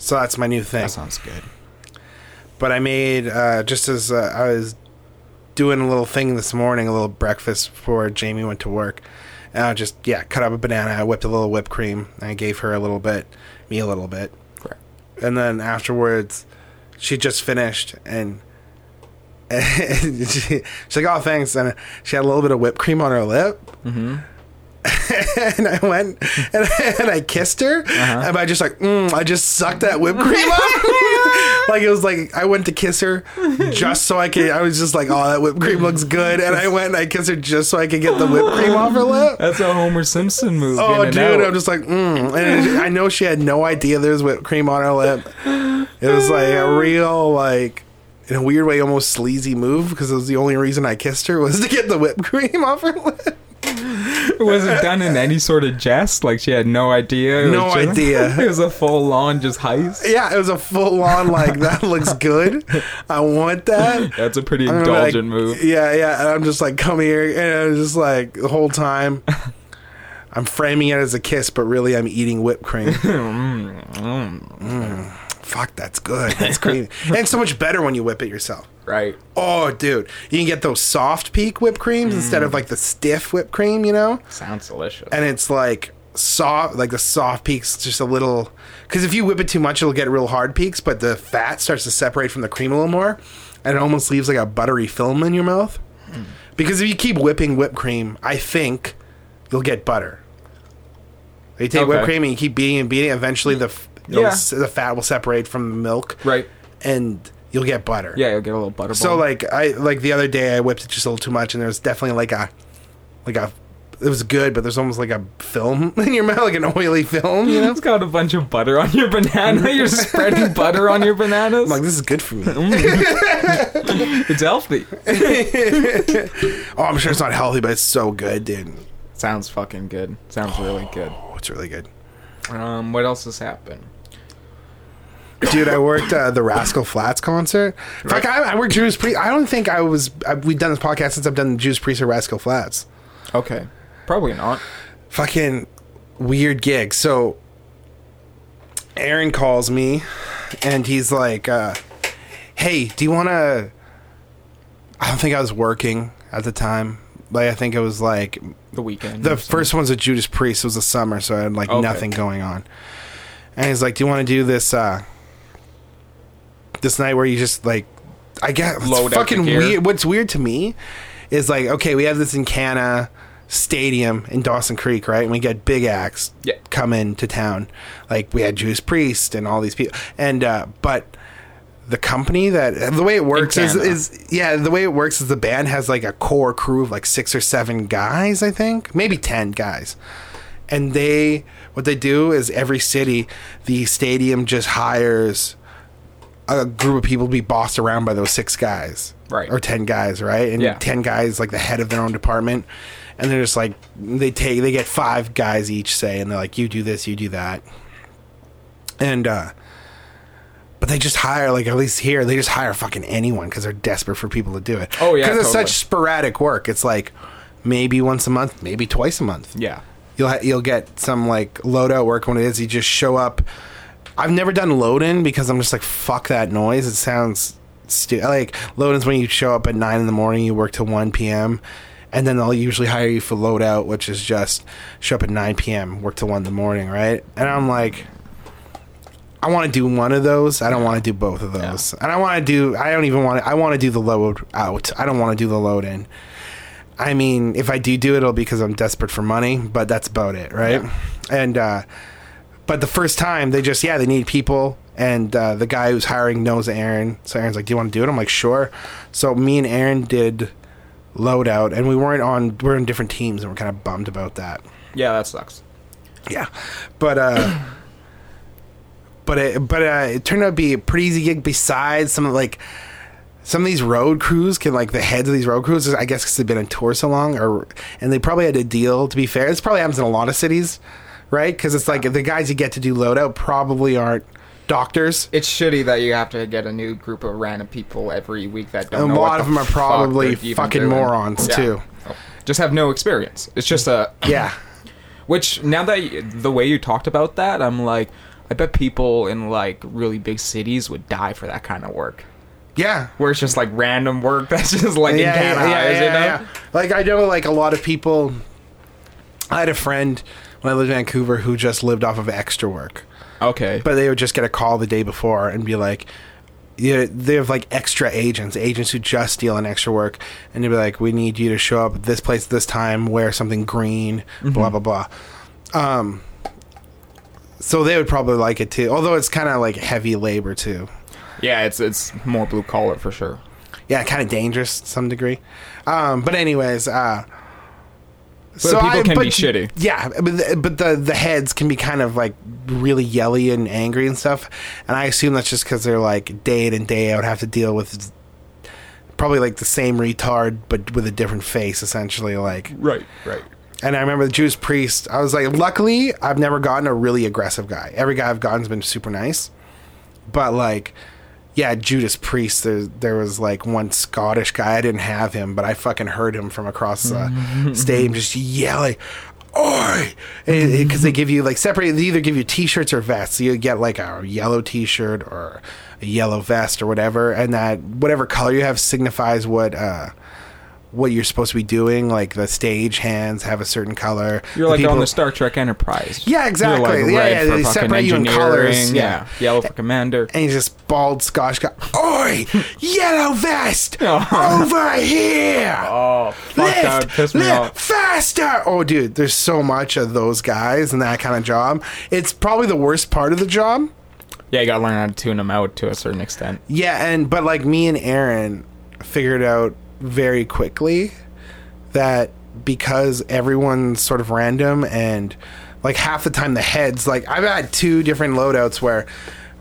A: So that's my new thing.
B: that sounds good.
A: But I made uh, just as uh, I was doing a little thing this morning, a little breakfast before Jamie went to work. And I just yeah, cut up a banana. I whipped a little whipped cream. And I gave her a little bit, me a little bit,
B: Great.
A: and then afterwards she just finished and, [LAUGHS] and she, she's like oh thanks and she had a little bit of whipped cream on her lip [LAUGHS] and I went and, and I kissed her, and I just like mm, I just sucked that whipped cream up. like it was like I went to kiss her just so I could. I was just like, oh, that whipped cream looks good, and I went and I kissed her just so I could get the whipped cream off her lip.
B: That's a Homer Simpson move.
A: Oh,
B: in and
A: dude,
B: out.
A: I'm just like, mm. and it- I know she had no idea there was whipped cream on her lip. It was like a real, like, in a weird way, almost sleazy move because it was the only reason I kissed her was to get the whipped cream [LAUGHS] off her lip.
B: It wasn't done in any sort of jest. Like she had no idea. It
A: No
B: was just-
A: idea.
B: [LAUGHS] it was a full on just heist.
A: Yeah, it was a full on like that looks good. I want that.
B: That's a pretty
A: I'm
B: indulgent
A: like,
B: move.
A: Yeah, yeah. And I'm just like, come here, and I'm just like the whole
B: [LAUGHS]
A: time. I'm framing it as a kiss, but really I'm eating whipped
B: [LAUGHS]
A: cream.
B: Mm-hmm.
A: Mm. Fuck, that's
B: [LAUGHS]
A: good. That's creamy. and it's so much better when you whip it yourself.
B: Right.
A: Oh, dude. You can get those soft peak whipped creams instead
B: Mm.
A: of like the stiff whipped cream, you know?
B: Sounds delicious.
A: and it's like soft like the soft peaks just a little because if you whip it too much it'll get real hard peaks but the fat starts to separate from the cream a little more and it almost leaves like a buttery film in your mouth
B: Hmm.
A: because if you keep whipping whipped cream i think you'll get butter you take
B: Okay.
A: whipped cream and you keep beating and beating eventually the f- it'll
B: Yeah.
A: s- the fat will separate from the milk
B: right.
A: and you'll get butter
B: Yeah, you'll get a little butterball.
A: so
B: [LAUGHS]
A: like I like the other day I whipped it just a little too much and there was definitely like a like a it was good but there's almost like a film [LAUGHS] in your mouth like an oily film
B: [LAUGHS]
A: you know
B: it's got a bunch of butter on
A: [LAUGHS]
B: your banana. You're spreading butter on your bananas.
A: I'm like this is good for me oh
B: Mm. [LAUGHS] it's healthy.
A: Oh, I'm sure it's not healthy but it's so good dude
B: Sounds fucking good. Sounds really good.
A: oh it's really good
B: Um, what else has happened?
A: dude I worked uh, the Rascal Flats concert fuck I, I worked Judas Priest I don't think I was I, we've done this podcast since I've done Judas Priest or Rascal Flats
B: Okay. Probably not.
A: fucking weird gig. So Aaron calls me and he's like, uh, hey, do you want to. I don't think I was working at the time. Like, I think it was like
B: The weekend.
A: the first one's a Judas Priest. It was the summer, so I had like
B: Okay.
A: nothing going on. And he's like, "Do you want to do this uh this night where you just like I guess what's
B: Load up the
A: fucking
B: gear.
A: weird. What's weird to me is like, okay, we have this in Canna Stadium in Dawson Creek, right? And we get Big Axe
B: Yeah.
A: come into town. Like we had Judas Priest and all these people, and uh but the company that the way it works is,
B: Canada.
A: is yeah the way it works is the band has like a core crew of like six or seven guys i think maybe ten guys and they what they do is every city the stadium just hires a group of people to be bossed around by those six guys
B: Right.
A: or ten guys right and
B: Yeah.
A: ten guys like the head of their own department and they're just like they take they get five guys each say and they're like you do this you do that and uh but they just hire like at least here they just hire fucking anyone because they're desperate for people to do it
B: Oh, yeah,
A: because it's
B: totally.
A: such sporadic work it's like maybe once a month maybe twice a month
B: Yeah.
A: you'll ha- you'll get some like load out work when it is you just show up i've never done load in because i'm just like fuck that noise it sounds stu- like load in's when you show up at 9 in the morning you work till 1 p.m and then they'll usually hire you for load out which is just show up at 9 p.m work till 1 in the morning right and i'm like I want to do one of those. I don't want to do both of those. And I want to do. I don't even want to. I want to do the load out. I don't want to do the load in. I mean, if I do do it, it'll be because I'm desperate for money. But that's about it, right?
B: Yeah.
A: And uh, but the first time they just yeah they need people and uh, the guy who's hiring knows Aaron. So Aaron's like, "Do you want to do it?" I'm like, "Sure." So me and Aaron did load out, and we weren't on. We're on different teams, and we're kind of bummed about that.
B: Yeah, that sucks.
A: Yeah, but uh, [CLEARS THROAT] but it but uh, it turned out to be a pretty easy gig. Besides some of like some of these road crews can like the heads of these road crews. I guess because they've been on tour so long, or and they probably had a deal. To be fair, this probably happens in a lot of cities, right? Because it's like the guys you get to do loadout probably aren't doctors.
B: It's shitty that you have to get a new group of random people every week that don't
A: And
B: know
A: a
B: what
A: lot
B: the
A: of them are
B: fuck
A: probably
B: they're even
A: fucking
B: doing.
A: morons
B: Yeah. Oh.
A: too.
B: Just have no experience. It's just a
A: Yeah,
B: Which now that y the way you talked about that, I'm like, I bet people in like really big cities would die for that kind of work,
A: yeah.
B: where it's just like random work [LAUGHS] that's just like in Canada, you know?
A: Like I know, like a lot of people. I had a friend when I lived in Vancouver who just lived off of extra work,
B: Okay, but
A: but they would just get a call the day before and be like, yeah, they have like extra agents, agents who just deal in extra work, and you'd be like, "We need you to show up at this place at this time, wear something green, blah blah blah." Um, so they would probably like it too, although it's kind of like heavy labor too.
B: Yeah, it's it's more blue collar for sure.
A: Yeah, kind of dangerous to some degree. Um, but anyways, uh, so
B: people can
A: but
B: be
A: you-
B: shitty.
A: Yeah, but the, but the the heads can be kind of like really yelly and angry and stuff. And I assume that's just because they're like day in and day out have to deal with probably like the same retard but with a different face, essentially. Like,
B: Right, right.
A: and I remember the Jewish priest. I was like, luckily, I've never gotten a really aggressive guy. Every guy I've gotten's been super nice, but like. Yeah, Judas Priest. There, there was like one Scottish guy. I didn't have him, but I fucking heard him from across
B: Mm-hmm.
A: the stadium just yelling, "Oi!"
B: Mm-hmm.
A: Because they give you like separate. They either give you T-shirts or vests. So you get like a yellow T-shirt or a yellow vest or whatever, and that whatever color you have signifies what uh, what you're supposed to be doing. Like the stage hands have a certain color.
B: You're like on
A: people-
B: the Star Trek Enterprise.
A: Yeah,
B: You're,
A: exactly. Yeah,
B: red
A: yeah,
B: for
A: they
B: fucking
A: separate you in
B: engineering,
A: colours,
B: Yeah. yellow for commander.
A: and he's just bald Scottish guy.
B: [LAUGHS]
A: Oi, yellow vest,
B: Oh.
A: over here.
B: Oh, fuck that would
A: lift,
B: piss me
A: lift,
B: off.
A: faster! Oh, dude, there's so much of those guys and that kind of job. It's probably the worst part of the job.
B: Yeah, you gotta learn how to tune them out to a certain extent.
A: Yeah, and but like me and Aaron figured out very quickly that because everyone's sort of random and like half the time the heads like I've had two different loadouts where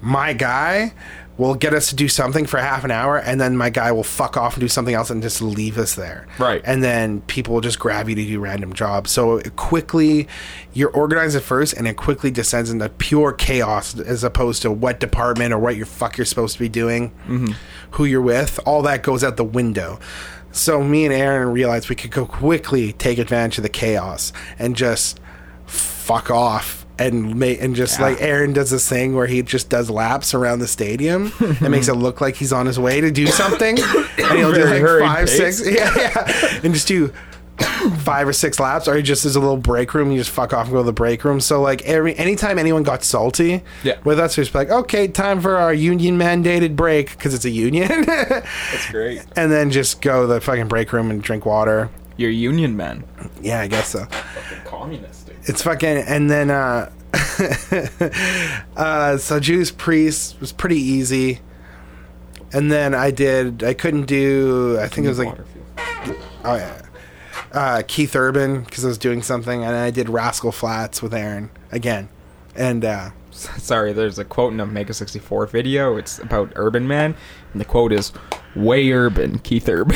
A: my guy will get us to do something for half an hour and then my guy will fuck off and do something else and just leave us there.
B: Right.
A: And then people will just grab you to do random jobs. So it quickly you're organized at first and it quickly descends into pure chaos as opposed to what department or what your fuck you're supposed to be doing, who you're with. All that goes out the window. So me and Aaron realized we could go quickly take advantage of the chaos and just fuck off and ma- and just like Aaron does this thing where he just does laps around the stadium and makes it look like he's on his way to do
B: [LAUGHS]
A: something and he'll do
B: Very
A: like
B: hurried
A: five
B: pace.
A: six [LAUGHS] yeah, yeah and just do [COUGHS] five or six laps or he just there's a little break room you just fuck off and go to the break room so like every anytime anyone got salty
B: Yeah.
A: with us we was like okay time for our union mandated break because it's a union [LAUGHS]
B: That's great.
A: and then just go to the fucking break room and drink water
B: You're union man.
A: yeah I guess so
B: Communist.
A: it's fucking and then uh [LAUGHS] uh so Jews priest was pretty easy and then i did i couldn't do i think it was like oh yeah uh keith urban because i was doing something and i did rascal flats with aaron again and uh
B: Sorry, there's a quote in a Mega 64 video. It's about Urban Man, and the quote is, "Way Urban, Keith Urban," [LAUGHS]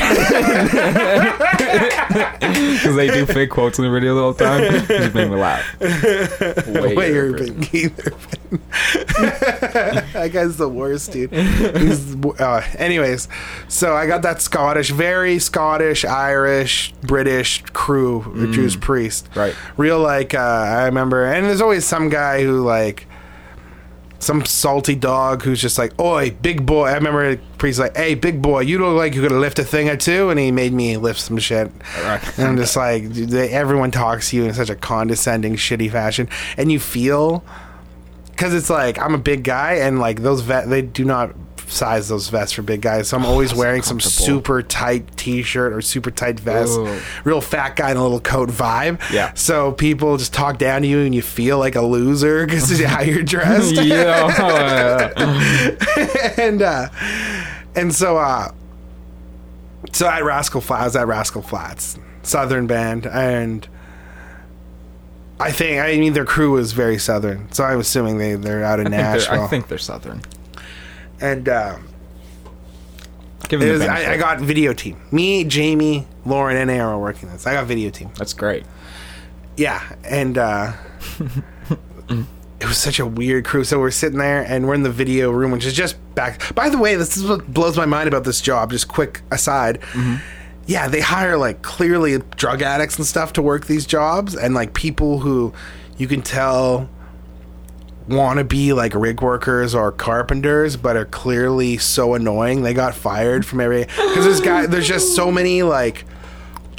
B: because they do fake quotes in the video all the time. It just made me laugh. Way,
A: Way urban. Keith [LAUGHS] Urban. that guy's the worst, dude. He's, uh, anyways, so I got that Scottish, very Scottish, Irish, British crew, the Jewish priest.
B: Mm. Right.
A: Real, like, uh, I remember, and there's always some guy who, like, some salty dog who's just like, "Oi, big boy!" I remember the priest like, "Hey, big boy, you look like you could lift a thing or two, and he made me lift some shit.
B: Right.
A: And I'm just like, dude, they, everyone talks to you in such a condescending, shitty fashion, and you feel because it's like I'm a big guy, and like those vet, they do not size those vests for big guys. So I'm always wearing some
B: Oh, uncomfortable.
A: super tight T-shirt or super tight vest,
B: Ooh.
A: real fat guy in a little coat vibe.
B: Yeah.
A: So people just talk down to you, and you feel like a loser [LAUGHS] because of how you're
B: [LAUGHS]
A: dressed [LAUGHS]
B: Yeah.
A: and uh and so uh so at Rascal Flats I was at Rascal Flats Southern band and I think I mean their crew was very southern so I'm assuming they they're out of
B: I, think
A: Nashville
B: they're, I think they're Southern.
A: and uh
B: Give
A: it
B: them
A: was,
B: the
A: I, I
B: benefit.
A: got video team me Jamie Lauren and Aaron were working this I got video team
B: That's great.
A: Yeah, and uh, it was such a weird crew. So we're sitting there, and we're in the video room, which is just back. By the way, this is what blows my mind about this job. Just quick aside. Yeah, they hire like clearly drug addicts and stuff to work these jobs, and like people who you can tell want to be like rig workers or carpenters, but are clearly so annoying they got fired from every. Because this guy, there's just so many like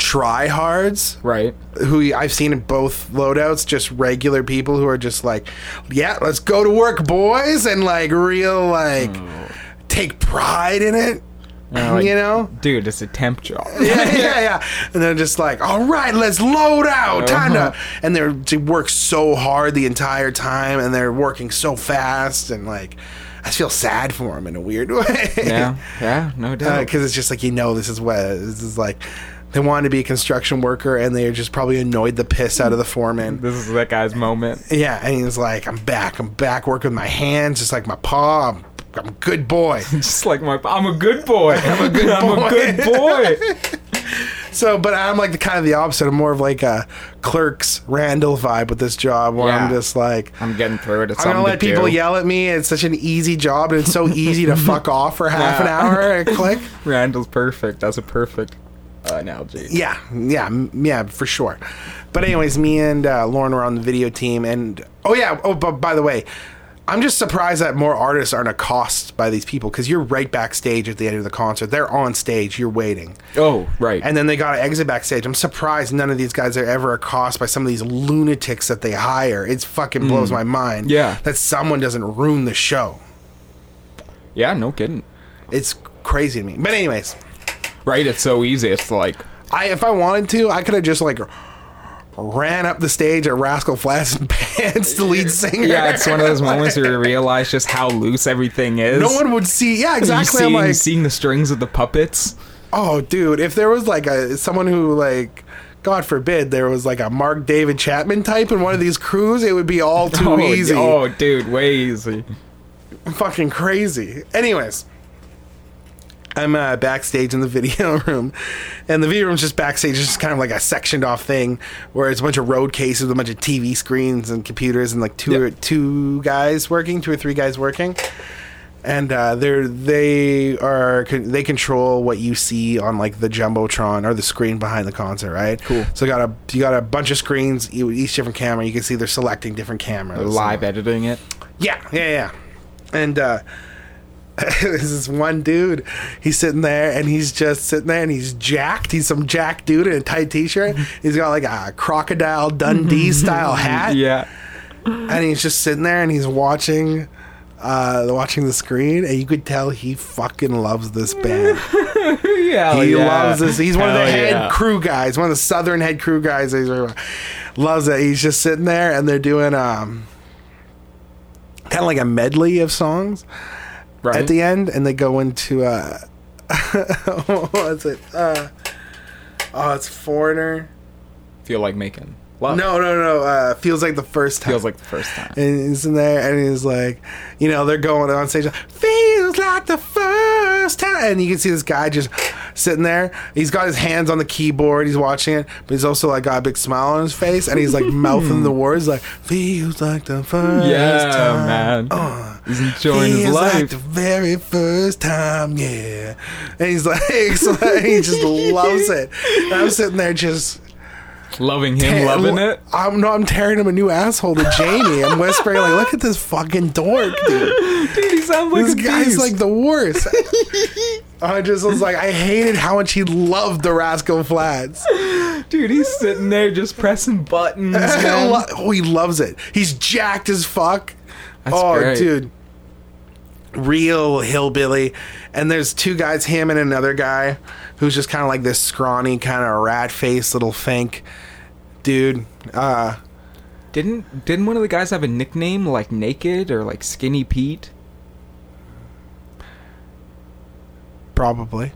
A: tryhards
B: Right.
A: who I've seen in both loadouts, just regular people who are just like, yeah, let's go to work, boys, and like real like. take pride in it.
B: And they're Oh. like,
A: you
B: [LAUGHS]
A: know?
B: dude, it's a temp job.
A: yeah, yeah, yeah. And they're just like, all right, let's load
B: Uh-huh.
A: out. Time to. And they're, they work so hard the entire time and they're working so fast. And like, I feel sad for them in a weird [LAUGHS] way.
B: yeah, yeah, no doubt.
A: Because Uh, it's just like, you know, this is what. This is like. They wanted to be a construction worker and they just probably annoyed the piss out of the foreman.
B: this is that guy's moment.
A: Yeah. And he's like, I'm back. I'm back working with my hands, just like my paw. I'm, I'm a good
B: [LAUGHS]
A: boy.
B: Just like my, I'm a good
A: [LAUGHS]
B: boy. I'm a
A: good boy. [LAUGHS]
B: boy.
A: So, but I'm like the kind of the opposite. I'm more of like a clerks Randall vibe with this job where I'm
B: Yeah.
A: just like,
B: I'm getting through it. It's
A: I'm
B: something
A: gonna let
B: to
A: people
B: do.
A: yell at me. It's such an easy job, and it's so easy
B: [LAUGHS]
A: to fuck off for half an
B: Yeah.
A: hour and click.
B: Randall's perfect. That's a perfect uh, analogy.
A: Yeah, yeah, m- yeah, for sure. But anyways, me and uh, Lauren were on the video team, and oh yeah, oh but by the way, I'm just surprised that more artists aren't accosted by these people because you're right backstage at the end of the concert. They're on stage, you're waiting.
B: Oh, right.
A: And then they got to exit backstage. I'm surprised none of these guys are ever accosted by some of these lunatics that they hire. It's fucking blows my mind.
B: Yeah.
A: That someone doesn't ruin the show.
B: yeah, no kidding.
A: It's crazy to me. But anyways,
B: Right, it's so easy.
A: [LAUGHS]
B: It's like
A: I if I wanted to, I could have just like ran up the stage at Rascal [LAUGHS] Flats and Pants, the lead singer.
B: yeah, it's one of those moments where you realize just how loose everything
A: [LAUGHS]
B: is.
A: No one would see. Yeah,
B: You
A: exactly. I'm
B: seeing-
A: like,
B: seeing the strings of the puppets.
A: oh, dude, if there was like a someone who like. God forbid there was like a Mark David Chapman type in one of these crews, it would be all too
B: [LAUGHS] oh,
A: easy.
B: Oh, dude, way easy.
A: [LAUGHS] fucking crazy. Anyways, I'm uh, backstage in the [LAUGHS] video room, and the video room's just backstage, it's just kind of like a sectioned off thing where it's a bunch of road cases, a bunch of TV screens and computers, and like two or two guys working, two or three guys working. And uh, they're they are con- they control what you see on like the jumbotron or the screen behind the concert, right?
B: Cool.
A: So you got a you got a bunch of screens, e- each different camera. You can see they're selecting different cameras.
B: Live editing it.
A: Yeah, yeah, yeah. And uh, [LAUGHS] this is one dude. He's sitting there, and he's just sitting there, and he's jacked. He's some jacked dude in a tight t-shirt.
B: Mm-hmm.
A: He's got like a crocodile Dundee style hat,
B: Yeah.
A: and he's just sitting there, and he's watching. Uh, watching the screen, and you could tell he fucking loves this
B: [LAUGHS]
A: band.
B: Yeah.
A: He
B: Oh, yeah.
A: loves this. He's one of
B: Hell
A: the head
B: yeah.
A: crew guys, one of the southern head crew guys. He's uh, loves it. He's just sitting there, and they're doing um, kind of like a medley of songs
B: Right.
A: at the end, and they go into uh, [LAUGHS] what's it? Uh, oh, it's Foreigner.
B: Feel like making love.
A: No, no, no. Uh, feels like the first time.
B: Feels like the first time.
A: And he's in there, and he's like, you know, they're going on stage. like, Feels like the first time, and you can see this guy just sitting there. He's got his hands on the keyboard. He's watching it, but he's also like got a big smile on his face, and he's like mouthing the words, like feels like the first
B: Hmm. Yeah,
A: time. Uh,
B: man. He's enjoying
A: Feels
B: his life.
A: like the very first time, yeah. And he's like, [LAUGHS] it's like- he just loves it. And I'm sitting there just
B: loving him,
A: Hey,
B: loving
A: lo-
B: it.
A: I'm no, I'm tearing him a new asshole to Jamie. I'm whispering like, "Look at this fucking dork, dude.
B: Dude, he sounds like
A: This
B: a
A: guy's
B: beast.
A: like the
B: [LAUGHS]
A: worst." I just was like, I hated how much he loved the Rascal Flats.
B: Dude, he's sitting there just
A: [LAUGHS]
B: pressing buttons. [LAUGHS] man.
A: oh, he loves it. He's jacked as fuck.
B: That's
A: oh,
B: great.
A: dude. Real hillbilly. And there's two guys, him and another guy, who's just kind of like this scrawny, kind of rat faced little fink dude. Uh,
B: Didn't didn't one of the guys have a nickname like Naked or like Skinny Pete?
A: probably.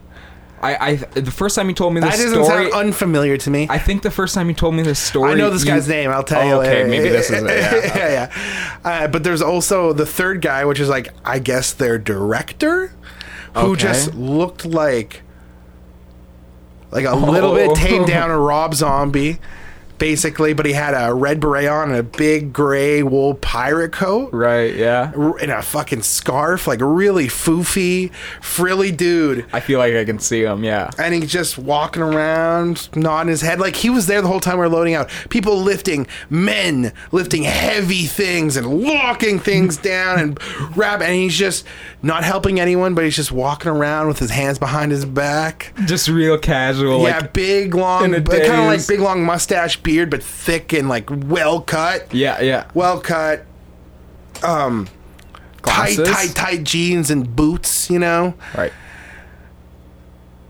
B: I, I the first time he told me this
A: That doesn't
B: story,
A: sound unfamiliar to me.
B: I
A: I,
B: think the first time he told me this story,
A: know this
B: you-
A: guy's name. I'll tell you.
B: Oh, okay,
A: later.
B: maybe
A: [LAUGHS]
B: this is it. Yeah.
A: yeah, yeah. Uh, but there's also the third guy, which is like I guess their director, who
B: Okay.
A: just looked like like a little bit
B: Oh. [LAUGHS]
A: tamed down a Rob Zombie, basically. But he had a red beret on and a big gray wool pirate coat.
B: Right? Yeah.
A: r- And a fucking scarf, like really foofy, frilly dude.
B: I feel like I can see him. Yeah.
A: and he's just walking around, nodding his head like he was there the whole time we were loading out. People lifting men, lifting heavy things and locking
B: [LAUGHS]
A: things down and wrap. And he's just not helping anyone, but he's just walking around with his hands behind his back.
B: Just real casual.
A: yeah,
B: Like,
A: big long,
B: in a
A: kind of like
B: daze.
A: big long mustache beard, but thick and like well cut,
B: yeah. Yeah.
A: well cut. Um, tight,
B: Glasses?
A: tight, tight jeans and boots. You know,
B: Right.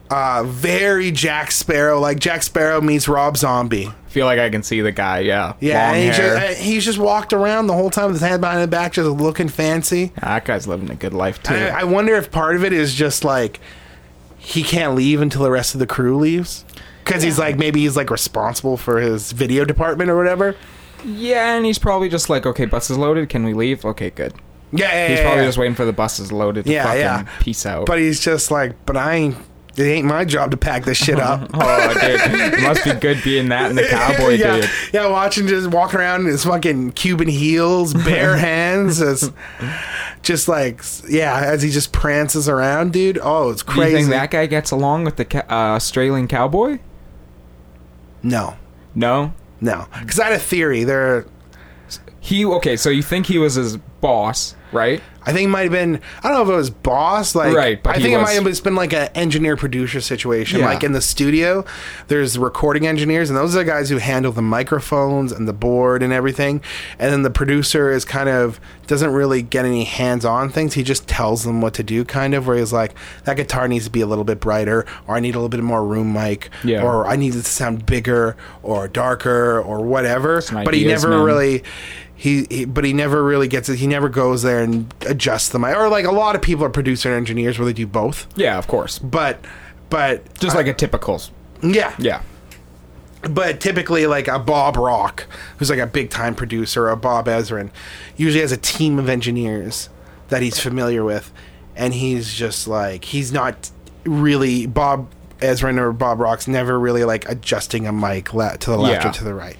A: uh, very Jack Sparrow. Like Jack Sparrow meets Rob Zombie.
B: Feel like I can see the guy. Yeah.
A: Yeah,
B: Long
A: and he
B: hair.
A: just, and he just walked around the whole time with his hand behind his back, just looking fancy.
B: Ah, that guy's living a good life too.
A: I, I wonder if part of it is just like he can't leave until the rest of the crew leaves because he's like maybe he's like responsible for his video department or whatever.
B: yeah, and he's probably just like, okay, bus is loaded. Can we leave? Okay, good.
A: Yeah, yeah,
B: He's
A: yeah,
B: probably
A: yeah.
B: just waiting for the buses loaded to
A: Yeah,
B: fucking
A: yeah.
B: peace out.
A: But he's just like, but I ain't. It ain't my job to pack this shit up.
B: oh, dude, it must be good being that in the [LAUGHS]
A: [LAUGHS]
B: cowboy
A: yeah,
B: dude.
A: yeah, watching just walking around in his fucking Cuban heels,
B: [LAUGHS]
A: bare hands, as just like yeah, as he just prances around, dude. Oh, it's
B: Do you
A: crazy.
B: think that guy gets along with the ca- uh, Australian cowboy?
A: no,
B: No.
A: no, because I had a theory. There,
B: He okay. So you think he was his boss, right?
A: I think it might have been. I don't know if it was boss. Like,
B: Right, but
A: I
B: he
A: think it
B: was-
A: might have just been like an engineer producer situation.
B: Yeah.
A: Like in the studio, there's recording engineers, and those are the guys who handle the microphones and the board and everything. And then the producer is kind of doesn't really get any hands on things. He just tells them what to do, kind of. Where he's like, that guitar needs to be a little bit brighter, or I need a little bit more room mic,
B: Yeah.
A: or I need it to sound bigger or darker or whatever.
B: some
A: But he
B: ideas,
A: never
B: man.
A: really really- he, he but he never really gets it he never goes there and adjusts the mic or like a lot of people are producer and engineers where they do both
B: Yeah, of course.
A: but but
B: Just like a typical.
A: yeah
B: Yeah.
A: but typically like a bob rock who's like a big time producer or a bob ezrin usually has a team of engineers that he's familiar with and he's just like he's not really bob ezrin or bob rock's never really like adjusting a mic le- to the left
B: Yeah.
A: or to the right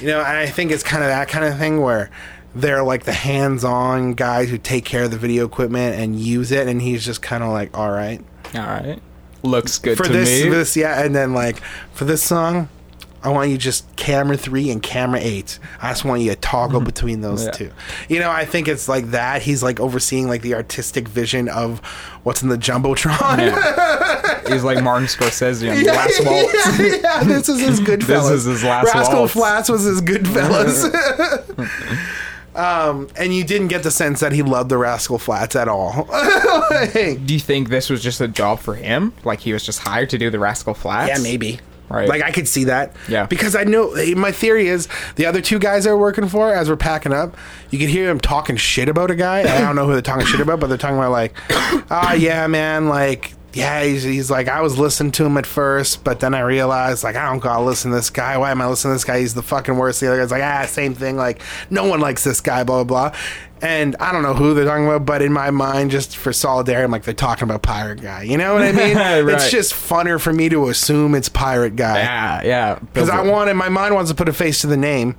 A: you know and i think it's kind of that kind of thing where they're like the hands-on guys who take care of the video equipment and use it and he's just kind of like all right
B: All right. Looks good
A: for
B: to
A: this
B: me.
A: this yeah and then like for this song i want you just camera three and camera eight i just want you to
B: [LAUGHS]
A: toggle between those
B: Yeah.
A: two you know i think it's like that he's like overseeing like the artistic vision of what's in the jumbotron [LAUGHS]
B: Yeah. He's like Martin Scorsese on Last Waltz.
A: yeah, yeah,
B: [LAUGHS]
A: this is his good
B: This is his last
A: Rascal
B: waltz.
A: Flats was his good fellas.
B: [LAUGHS]
A: [LAUGHS] um, and you didn't get the sense that he loved the Rascal Flats at all. [LAUGHS] Like-
B: Do you think this was just a job for him? Like he was just hired to do the Rascal Flats?
A: Yeah, maybe.
B: Right.
A: Like I could see that.
B: Yeah.
A: Because I know eh, my theory is the other two guys they were working for as we're packing up, you could hear them talking shit about a guy. I don't know who they're talking shit about, but they're talking about like, [COUGHS] ah, yeah, man, like. Yeah, he's, he's like, I was listening to him at first, but then I realized, like, I don't gotta listen to this guy. Why am I listening to this guy? He's the fucking worst. The other guy's like, ah, same thing. Like, no one likes this guy, blah, blah, blah. And I don't know who they're talking about, but in my mind, just for solidarity, I'm like, they're talking about Pirate Guy. You know what I mean? It's
B: [LAUGHS] Right.
A: just it's funner for me to assume it's pirate guy
B: Yeah, yeah.
A: because I want it. My mind wants to put a face to the name.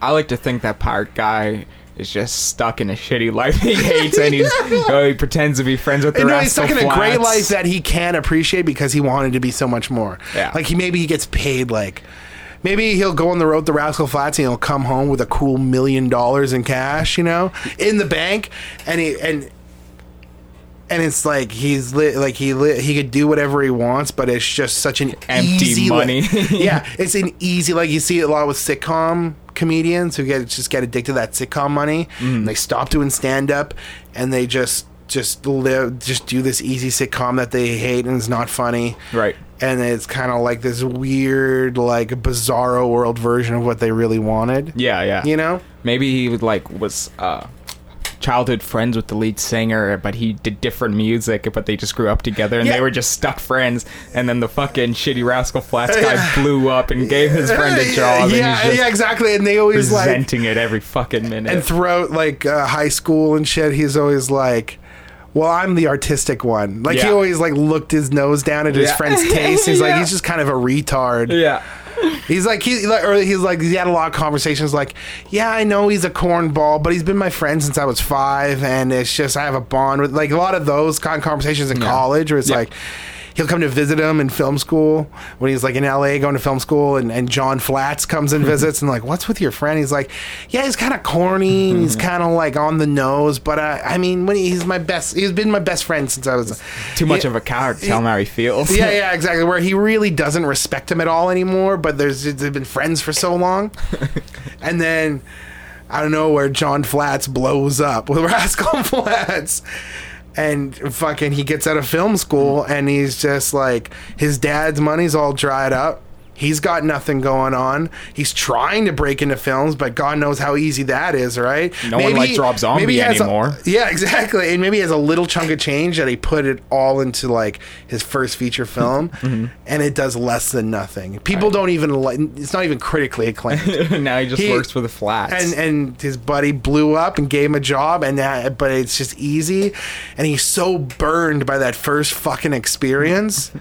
B: I like to think that pirate guy is just stuck in a shitty life he hates, and
A: [LAUGHS]
B: he's oh, he pretends to be friends with the
A: And no,
B: Rascal
A: he's stuck in a
B: Flats.
A: great life that he can appreciate because he wanted to be so much more.
B: Yeah.
A: Like he maybe he gets paid like. Maybe he'll go on the road to Rascal Flats and he'll come home with a cool million dollars in cash, you know, in the bank, and he and and it's like he's li- like he li- he could do whatever he wants, but it's just such an
B: Empty
A: easy
B: money. [LAUGHS]
A: [LAUGHS] yeah, it's an easy like you see it a lot with sitcom comedians who get just get addicted to that sitcom money.
B: Mm.
A: And they stop doing stand up and they just just live just do this easy sitcom that they hate and it's not funny.
B: Right.
A: And it's kind of like this weird like bizarro world version of what they really wanted.
B: Yeah, yeah.
A: You know?
B: maybe he would like was uh, childhood friends with the lead singer, but he did different music, but they just grew up together and
A: Yeah.
B: they were just stuck friends. And then the fucking shitty Rascal Flats
A: [LAUGHS]
B: guy blew up and gave his friend a
A: Yeah,
B: job. and
A: yeah,
B: he's just
A: yeah, exactly. And they always like
B: resenting it every fucking minute.
A: and throughout like uh, high school and shit, he's always like, "Well, I'm the artistic one." Like he
B: Yeah.
A: always like looked his nose down at his
B: Yeah. [LAUGHS]
A: friend's taste. He's like,
B: Yeah.
A: he's just kind of a retard.
B: yeah,
A: He's like he like, or he's like he had a lot of conversations like, yeah, I know he's a cornball, but he's been my friend since I was five, and it's just I have a bond with like a lot of those kind of conversations in college where it's
B: Yeah.
A: like. He'll come to visit him in film school when he's like in LA going to film school, and, and John Flats comes
B: [LAUGHS]
A: and visits and like, what's with your friend? He's like, yeah, he's kind of corny,
B: [LAUGHS]
A: and he's kind of like on the nose, but uh, I, I mean, when he, he's my best, he's been my best friend since I was
B: too much
A: Yeah.
B: of a coward. to Tell him how he feels.
A: Yeah, yeah, exactly. Where he really doesn't
B: [LAUGHS]
A: respect him at all anymore, but there's they've been friends for so long, and then out of nowhere, John Flats blows up with [LAUGHS] Rascal Flats. And fucking, he gets out of film school
B: Mm.
A: and he's just like, his dad's money's all dried up. He's got nothing going on. He's trying to break into films, but God knows how easy that is, right?
B: No one likes Rob Zombie
A: maybe he has a-
B: anymore.
A: yeah, exactly. And maybe he has a little chunk of change that he put it all into like his first feature film, and it does less than nothing. People don't even like. It's not even critically
B: [LAUGHS]
A: acclaimed.
B: now he just
A: He-
B: works for the flats.
A: and and his buddy blew up and gave him a job, and that, but it's just easy. And he's so burned by that first fucking experience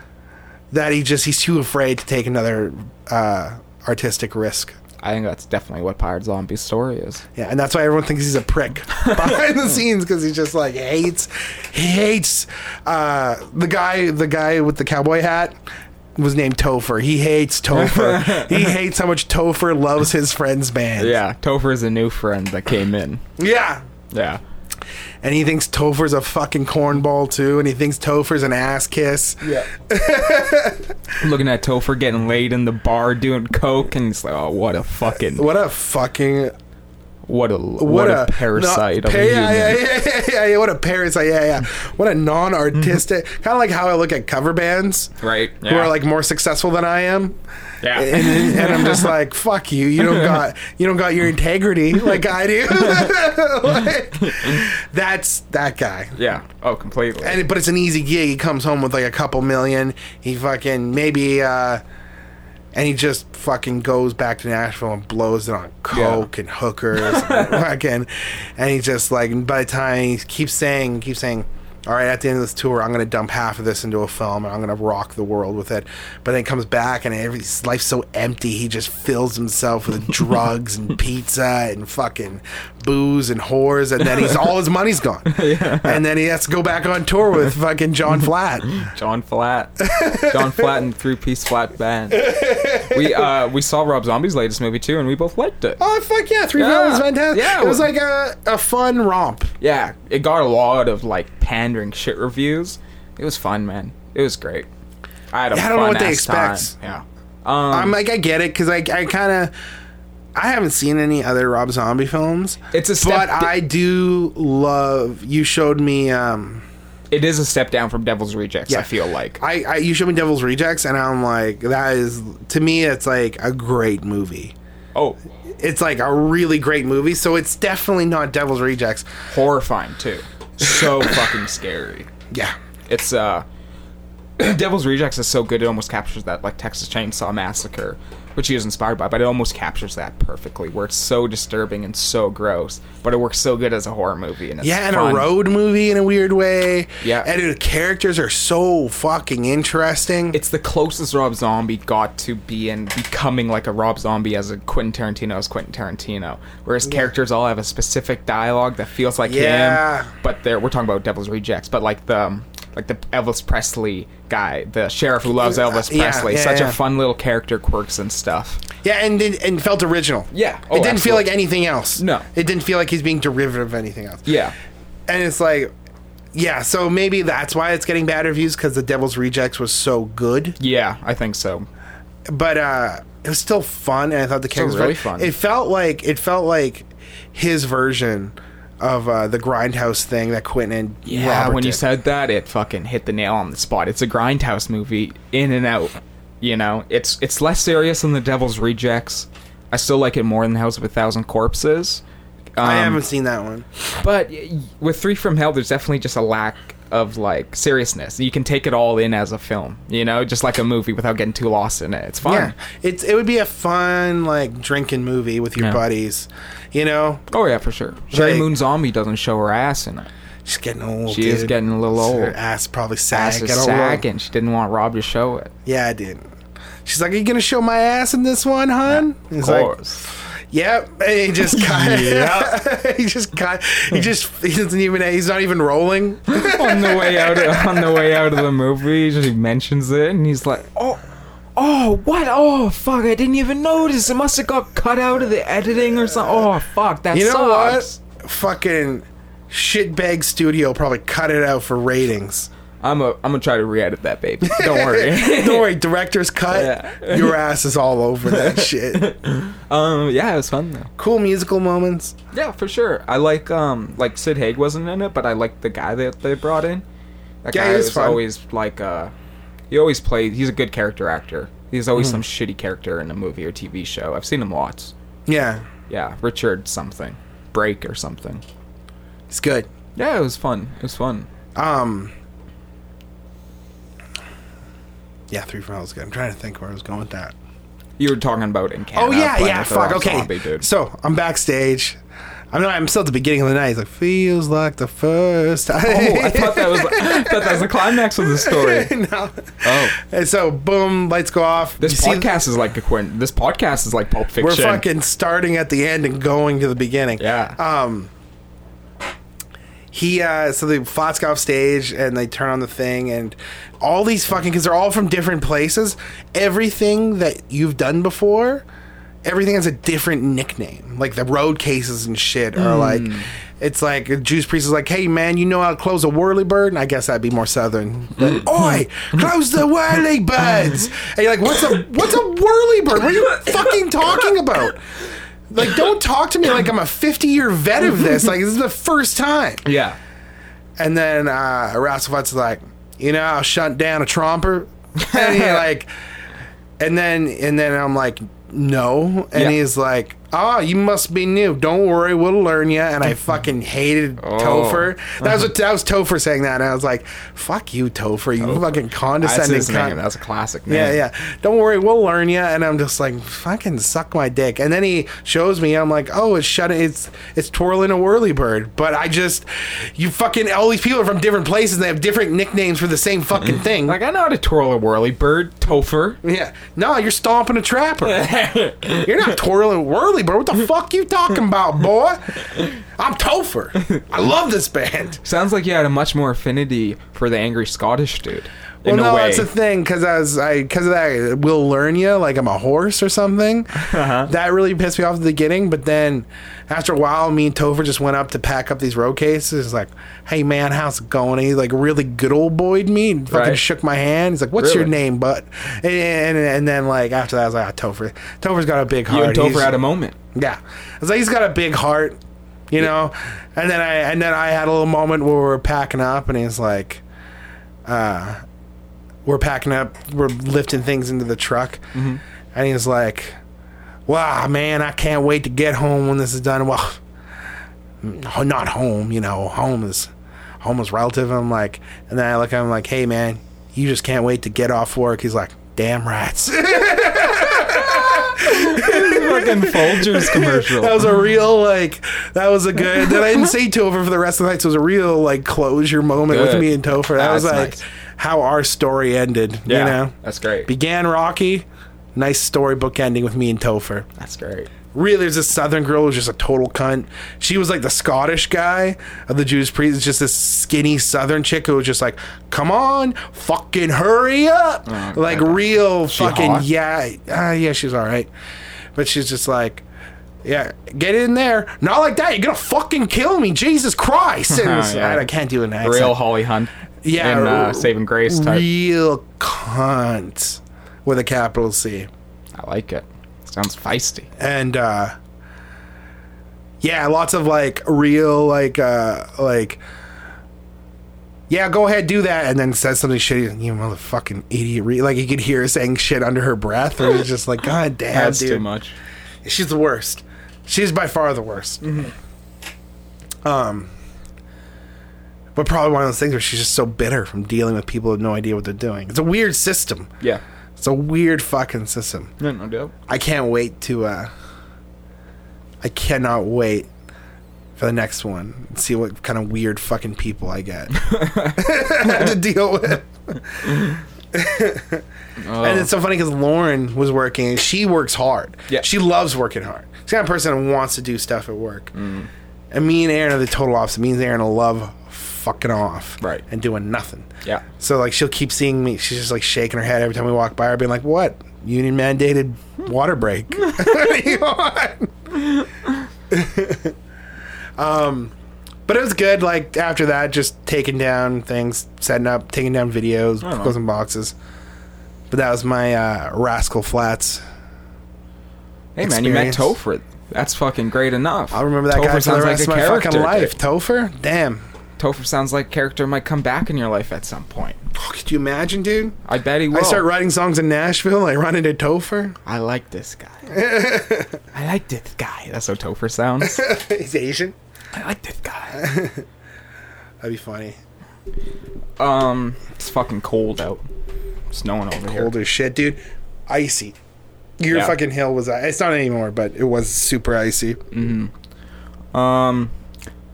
A: that he just he's too afraid to take another uh, artistic risk.
B: I think that's definitely what Pirate Zombie's story is.
A: Yeah, and that's why everyone thinks he's a prick [LAUGHS] behind the scenes because he just like hates, he hates uh, the guy. The guy with the cowboy hat was named Topher. He hates
B: [LAUGHS]
A: Topher. he hates how much Topher loves his friend's band.
B: Yeah, Topher is a new friend that came in.
A: yeah.
B: Yeah.
A: And he thinks Topher's a fucking cornball too, and he thinks Topher's an ass kiss.
B: [LAUGHS] Yeah. Looking at Topher getting laid in the bar doing coke, and he's like, "Oh, what a fucking, what,
A: What a fucking
B: a, what,
A: what
B: a,
A: no,
B: parasite of
A: pa-
B: a human."
A: yeah, yeah, yeah, yeah, yeah, yeah, what a parasite. Yeah, yeah. What a
B: [LAUGHS]
A: non-artistic. kind of like how I look at cover bands.
B: Right? Yeah.
A: who are like more successful than I am,
B: yeah. [LAUGHS]
A: and, and I'm just like, fuck you. You don't got you don't got your integrity like I do. [LAUGHS] Like, that's that guy.
B: yeah. Oh, completely.
A: And but it's an easy gig. He comes home with like a couple million. He fucking maybe. uh and he just fucking goes back to Nashville and blows it on coke and hookers, and fucking, and he just like by the time he keeps saying, keeps saying, all right, at the end of this tour, I'm gonna dump half of this into a film and I'm gonna rock the world with it. But then he comes back and every his life's so empty, he just fills himself with drugs and pizza and fucking booze and whores, and then he's all his money's gone, and then he has to go back on tour with fucking John Flat.
B: John Flat, John Flat and Three Piece Flat [LAUGHS] Band. We uh we saw Rob Zombie's latest movie too, and we both liked it.
A: Oh fuck yeah! Three
B: Yeah.
A: yeah. was fantastic.
B: Yeah.
A: It was like a, a fun romp.
B: Yeah, it got a lot of like pandering shit reviews. It was fun, man. It was great. I had a
A: Yeah, I
B: fun
A: don't know what they
B: ass time.
A: expect.
B: Yeah. Um,
A: I'm like I get it because I I kind of I haven't seen any other Rob Zombie films.
B: It's a
A: but
B: step di-
A: I do love. You showed me. um
B: It is a step down from Devil's Rejects. I
A: Yeah.
B: feel like.
A: I, I you showed me Devil's Rejects, and I'm like that is to me it's like a great movie.
B: oh,
A: It's like a really great movie, so it's definitely not Devil's Rejects.
B: horrifying too.
A: [COUGHS]
B: So fucking scary.
A: Yeah,
B: It's uh, [CLEARS THROAT] Devil's Rejects is so good it almost captures that like Texas Chainsaw Massacre, which he was inspired by, but it almost captures that perfectly, where it's so disturbing and so gross, but it works so good as a horror movie and it's
A: yeah, and
B: fun.
A: a road movie in a weird way.
B: Yeah.
A: and the characters are so fucking interesting.
B: it's the closest Rob Zombie got to being becoming like a Rob Zombie as a Quentin Tarantino as Quentin Tarantino, where his characters all have a specific dialogue that feels like
A: Yeah.
B: him. But they're, we're talking about Devil's Rejects, but like the um, like the Elvis Presley guy, the sheriff who loves Elvis
A: Uh, yeah,
B: Presley,
A: yeah,
B: such
A: yeah.
B: a fun little character quirks and stuff.
A: Yeah, and and- and felt original.
B: Yeah. Oh,
A: it didn't feel
B: absolutely.
A: like anything else.
B: No.
A: it didn't feel like he's being derivative of anything else.
B: Yeah,
A: and it's like, yeah, so maybe that's why it's getting bad reviews because the Devil's Rejects was so good,
B: yeah, I think so.
A: but uh it was still fun, and I thought the characters were
B: really fun.
A: It felt like it felt like his version of uh, the Grindhouse thing that Quentin and
B: Yeah,
A: Robert
B: when you
A: did.
B: said that, it fucking hit the nail on the spot. It's a grindhouse movie, in and out. You know, it's it's less serious than The Devil's Rejects. I still like it more than House of a Thousand Corpses. Um,
A: I haven't seen that one.
B: but y- with Three from Hell, there's definitely just a lack of like seriousness. You can take it all in as a film, you know, just like a movie without getting too lost in it. It's
A: Yeah,
B: fun.
A: it's it would be a fun like drinking movie with your
B: Yeah.
A: buddies, you know.
B: Oh yeah, for sure. Sherry
A: Like-
B: Moon Zombie doesn't show her ass in it.
A: She's getting old.
B: She is
A: dude.
B: getting a little
A: Her
B: old.
A: ass probably
B: Ass
A: sagging.
B: is sagging. She didn't want Rob to show it.
A: Yeah, I did. She's like, "Are you gonna show my ass in this one, hon?" He's
B: of
A: like,
B: course.
A: "Yep." And he
B: [LAUGHS]
A: just kind of, [LAUGHS] he just kind, he just, he doesn't even, he's not even
B: [LAUGHS]
A: rolling.
B: on the way out of, on the way out of the movie, he mentions it, and he's like, "Oh, oh, what? Oh, fuck! I didn't even notice. It must have got cut out of the editing or something. Oh, fuck! That
A: You know
B: sucks.
A: what? Fucking shitbag studio probably cut it out for ratings.
B: I'm a I'm gonna try to re-edit that baby. Don't worry. [LAUGHS]
A: Don't worry, director's cut.
B: Yeah.
A: Your ass is all over that
B: [LAUGHS]
A: shit.
B: um, yeah, it was fun though.
A: Cool musical moments.
B: Yeah, for sure. I like um like Sid Haig wasn't in it, but I like the guy that they brought in. That
A: Yeah,
B: guy
A: he was
B: is
A: fun.
B: always like uh he always plays he's a good character actor. He's always some shitty character in a movie or TV show. I've seen him lots.
A: Yeah,
B: Yeah, Richard something. Break or something.
A: it's good.
B: Yeah, it was fun. It was fun.
A: Um. Yeah, three from hell's good. I'm trying to think where I was going with that.
B: You were talking about in Canada.
A: Oh yeah,
B: Planet
A: yeah.
B: of the
A: Fuck.
B: Rock
A: Okay.
B: Zombie, dude.
A: So I'm backstage. I'm not. I'm still at the beginning of the night. He's like, feels like the first time.
B: Oh,
A: [LAUGHS]
B: I thought that was I thought that was the climax of the story.
A: no.
B: Oh.
A: And so, boom, lights go off.
B: This
A: You see-
B: podcast is like a Quentin. This podcast is like Pulp Fiction.
A: We're fucking starting at the end and going to the beginning.
B: Yeah.
A: Um. He uh, so they Flots go off stage and they turn on the thing and all these fucking because they're all from different places. Everything that you've done before, everything has a different nickname. Like the road cases and shit are like. It's like Juice Priest is like, "Hey man, you know how to close a whirly bird?" And I guess that'd be more southern. But, Oi, close the whirly birds! And you're like, "What's a what's a whirly bird? What are you fucking talking about?" Like, don't talk to me like I'm a 50 year vet of this. Like, this is the first time.
B: Yeah.
A: And then uh, Rasselfat's like, you know, I'll shunt down a tromper. And
B: [LAUGHS]
A: he like, and then and then I'm like, no. And
B: Yeah.
A: he's like, oh, you must be new. Don't worry, we'll learn you. And I fucking hated
B: Oh.
A: Topher. That
B: Uh-huh.
A: was what, that was Topher saying that. And I was like, fuck you, Topher. You fucking
B: That's
A: condescending.
B: his name.
A: cunt."
B: That's a classic name.
A: Yeah, yeah. Don't worry, we'll learn you. And I'm just like, fucking suck my dick. And then he shows me. I'm like, oh, it's shut. It's it's twirling a whirly bird. But I just, you fucking all these people are from different places. and They have different nicknames for the same fucking thing.
B: Like I know how to twirl a whirly bird,
A: [LAUGHS]
B: Topher.
A: yeah. No, you're stomping a trapper. you're not twirling a whirly bird. What the fuck you talking about, boy? I'm Topher. I love this band.
B: Sounds like you had a much more affinity for the angry Scottish dude.
A: well,
B: In a
A: no,
B: way.
A: that's the thing because I was I because of that will learn you like I'm a horse or something.
B: Uh-huh.
A: That really pissed me off at the beginning, but then after a while, me and Topher just went up to pack up these road cases. He's like, "Hey man, how's it going?" And he like really good old boyed me and fucking
B: Right.
A: shook my hand. He's like, "What's your
B: Really?
A: name, butt?" And, and and then like after that, I was like, ah, "Topher, Topher's got a big
B: you
A: heart."
B: and Topher
A: He's-
B: had
A: [LAUGHS]
B: a moment.
A: yeah, I was like, he's got a big heart, you know. And then I and then I had a little moment where we were packing up, and he's like, uh, "We're packing up, we're lifting things into the truck," and he's like, "Wow, man, I can't wait to get home when this is done." Well, [LAUGHS] no, not home, you know, home is home is relative. I'm like, and then I look at him like, "Hey, man, you just can't wait to get off work." He's like, "Damn rats." [LAUGHS]
B: fucking Folgers commercial.
A: That was a real like. That was a good. That I
B: [LAUGHS]
A: didn't say Topher for the rest of the night. So it was a real like closure moment with
B: Good.
A: me and Topher. That
B: Ah,
A: was
B: that's
A: like
B: nice.
A: how our story ended.
B: yeah,
A: You know,
B: that's great.
A: began Rocky. Nice storybook ending with me and Topher.
B: that's great.
A: Really, there's this Southern girl who's just a total cunt. She was like the Scottish guy of the Jews priest. It's just this skinny Southern chick who was just like, "Come on, fucking hurry up!" like real fucking
B: Oh, hot?
A: yeah, uh, yeah. She's all right, but she's just like, "Yeah, get in there." Not like that. You're gonna fucking kill me, Jesus Christ!
B: [LAUGHS]
A: And it's-
B: Yeah.
A: I can't do an accent.
B: Real Holly Hunt.
A: yeah,
B: And uh, Saving Grace type.
A: Real cunt with a capital C.
B: I like it. Sounds feisty.
A: and uh yeah lots of like real like uh like yeah go ahead do that and then says something shitty you motherfucking idiot re-" like you could hear her saying shit under her breath and it's just like god damn
B: That's
A: dude
B: too much.
A: she's the worst she's by far the worst
B: Mm-hmm.
A: um but probably one of those things where she's just so bitter from dealing with people who have no idea what they're doing it's a weird system
B: Yeah.
A: it's a weird fucking system
B: No, no doubt.
A: I can't wait to. uh I cannot wait for the next one. and See what kind of weird fucking people I get [LAUGHS] to deal with. [LAUGHS]
B: Oh.
A: And it's so funny because Lauren was working. and She works hard.
B: Yeah.
A: She loves working hard. She's the kind of person who wants to do stuff at work.
B: Mm.
A: And me and Aaron are the total opposite. Me and Aaron love fucking off.
B: Right.
A: And doing nothing.
B: yeah.
A: So like she'll keep seeing me. She's just like shaking her head every time we walk by her, being like, "What union mandated water break?" [LAUGHS] What do you want? [LAUGHS] um, But it was good. Like after that, just taking down things, setting up, taking down videos,
B: Oh.
A: closing boxes. But that was my uh, Rascal Flats.
B: Hey man, you met
A: Experience.
B: Topher. That's fucking great enough.
A: I'll remember that
B: Topher
A: guy for
B: sounds
A: the rest
B: like a
A: of my
B: character.
A: fucking life.
B: dude.
A: Topher, damn.
B: Topher sounds like a character might come back in your life at some point.
A: Oh, could you imagine, dude?
B: I bet he will.
A: I start writing songs in Nashville. I run into
B: [LAUGHS]
A: Topher.
B: I like this
A: [LAUGHS]
B: guy. I like this guy. That's how Topher
A: [LAUGHS]
B: sounds.
A: He's Asian.
B: I like this guy.
A: That'd be funny.
B: Um, it's fucking cold out. Snowing over here.
A: Cold as shit, dude. Icy. Your
B: Yeah.
A: fucking hill was. uh, It's not anymore, but it was super icy.
B: Mm. Um,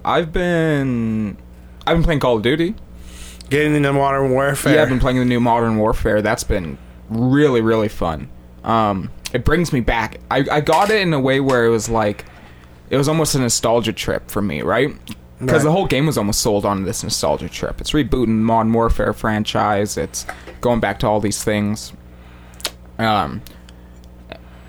B: I've been I've been playing Call of Duty.
A: Getting into modern warfare.
B: Yeah, I've been playing the new Modern Warfare. That's been really really fun. Um, it brings me back. I I got it in a way where it was like it was almost a nostalgia trip for me, right? Because the
A: Right.
B: whole game was almost sold on this nostalgia trip. It's rebooting Modern Warfare franchise. It's going back to all these things. Um,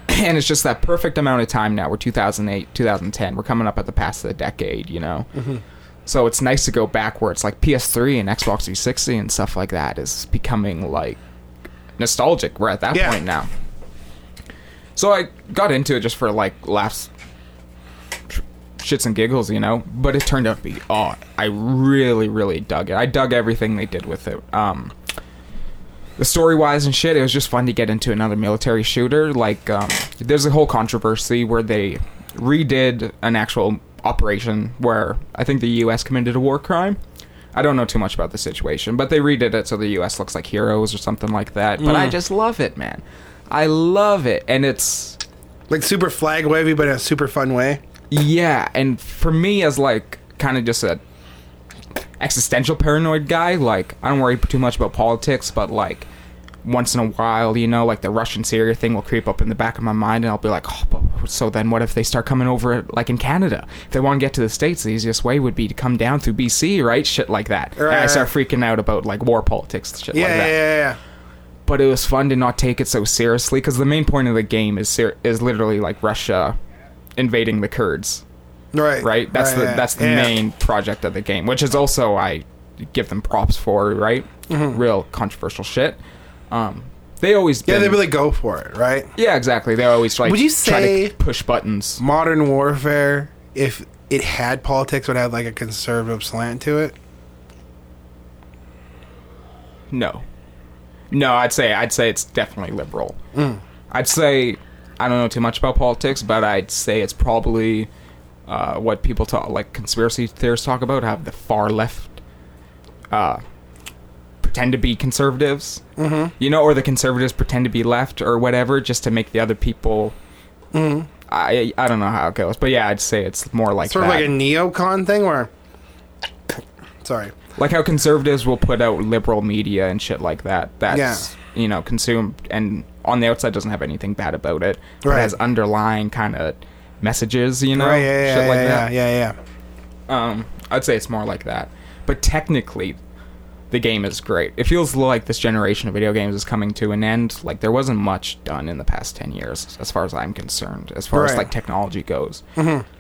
B: and it's just that perfect amount of time now. We're 2008, 2010. We're coming up at the past of the decade, you know?
A: Mm-hmm.
B: So it's nice to go back where it's like PS3 and Xbox 360 and stuff like that is becoming like nostalgic. We're at that
A: Yeah.
B: point now. So I got into it just for like laughs, shits and giggles, you know? But it turned out to be, oh, I really, really dug it. I dug everything they did with it. Um, the story wise and shit, it was just fun to get into another military shooter. Like, um, there's a whole controversy where they redid an actual operation where I think the U.S. committed a war crime. I don't know too much about the situation, but they redid it so the U.S. looks like heroes or something like that. But I just love it, man. I love it, and it's
A: like super flag wavy, but in a super fun way.
B: yeah, and for me as like kind of just a existential paranoid guy, like I don't worry too much about politics, but like once in a while, you know, like the Russian Syria thing will creep up in the back of my mind, and I'll be like, oh, but so then what if they start coming over like in Canada? If they want to get to the states, the easiest way would be to come down through BC, right? Shit like that. and I
A: Right,
B: start freaking out about like war politics, shit
A: Yeah,
B: like that
A: yeah, yeah,
B: but it was fun to not take it so seriously because the main point of the game is ser- is literally like Russia invading the Kurds,
A: yeah. Right,
B: right? That's the
A: yeah,
B: that's the
A: yeah.
B: main project of the game, which is also I give them props for, right? Real controversial shit. Um, they always
A: Mm-hmm. Yeah,
B: been-
A: they really go for it, right?
B: yeah exactly. They always like
A: Would you
B: try
A: say-
B: to push buttons.
A: Modern warfare, if it had politics, would have like a conservative slant to it.
B: No, no, I'd say I'd say it's definitely liberal. I'd say I don't know too much about politics, but I'd say it's probably uh, what people talk like conspiracy theorists talk about have the far left uh, pretend to be conservatives, mm-hmm. you know, or the conservatives pretend to be left or whatever, just to make the other people. I I don't know how it goes, but yeah, I'd say it's more like
A: Mm-hmm. Sort of
B: that.
A: like a neocon thing, where. Sorry.
B: like how conservatives will put out liberal media and shit like that that's you know consumed and on the outside doesn't have anything bad about it but
A: Right.
B: has underlying kind of messages you know
A: right, yeah, yeah,
B: shit
A: yeah,
B: like
A: yeah,
B: that
A: yeah, yeah.
B: um i'd say it's more like that but technically the game is great it feels like this generation of video games is coming to an end like there wasn't much done in the past 10 years as far as i'm concerned as far as
A: Right.
B: like technology goes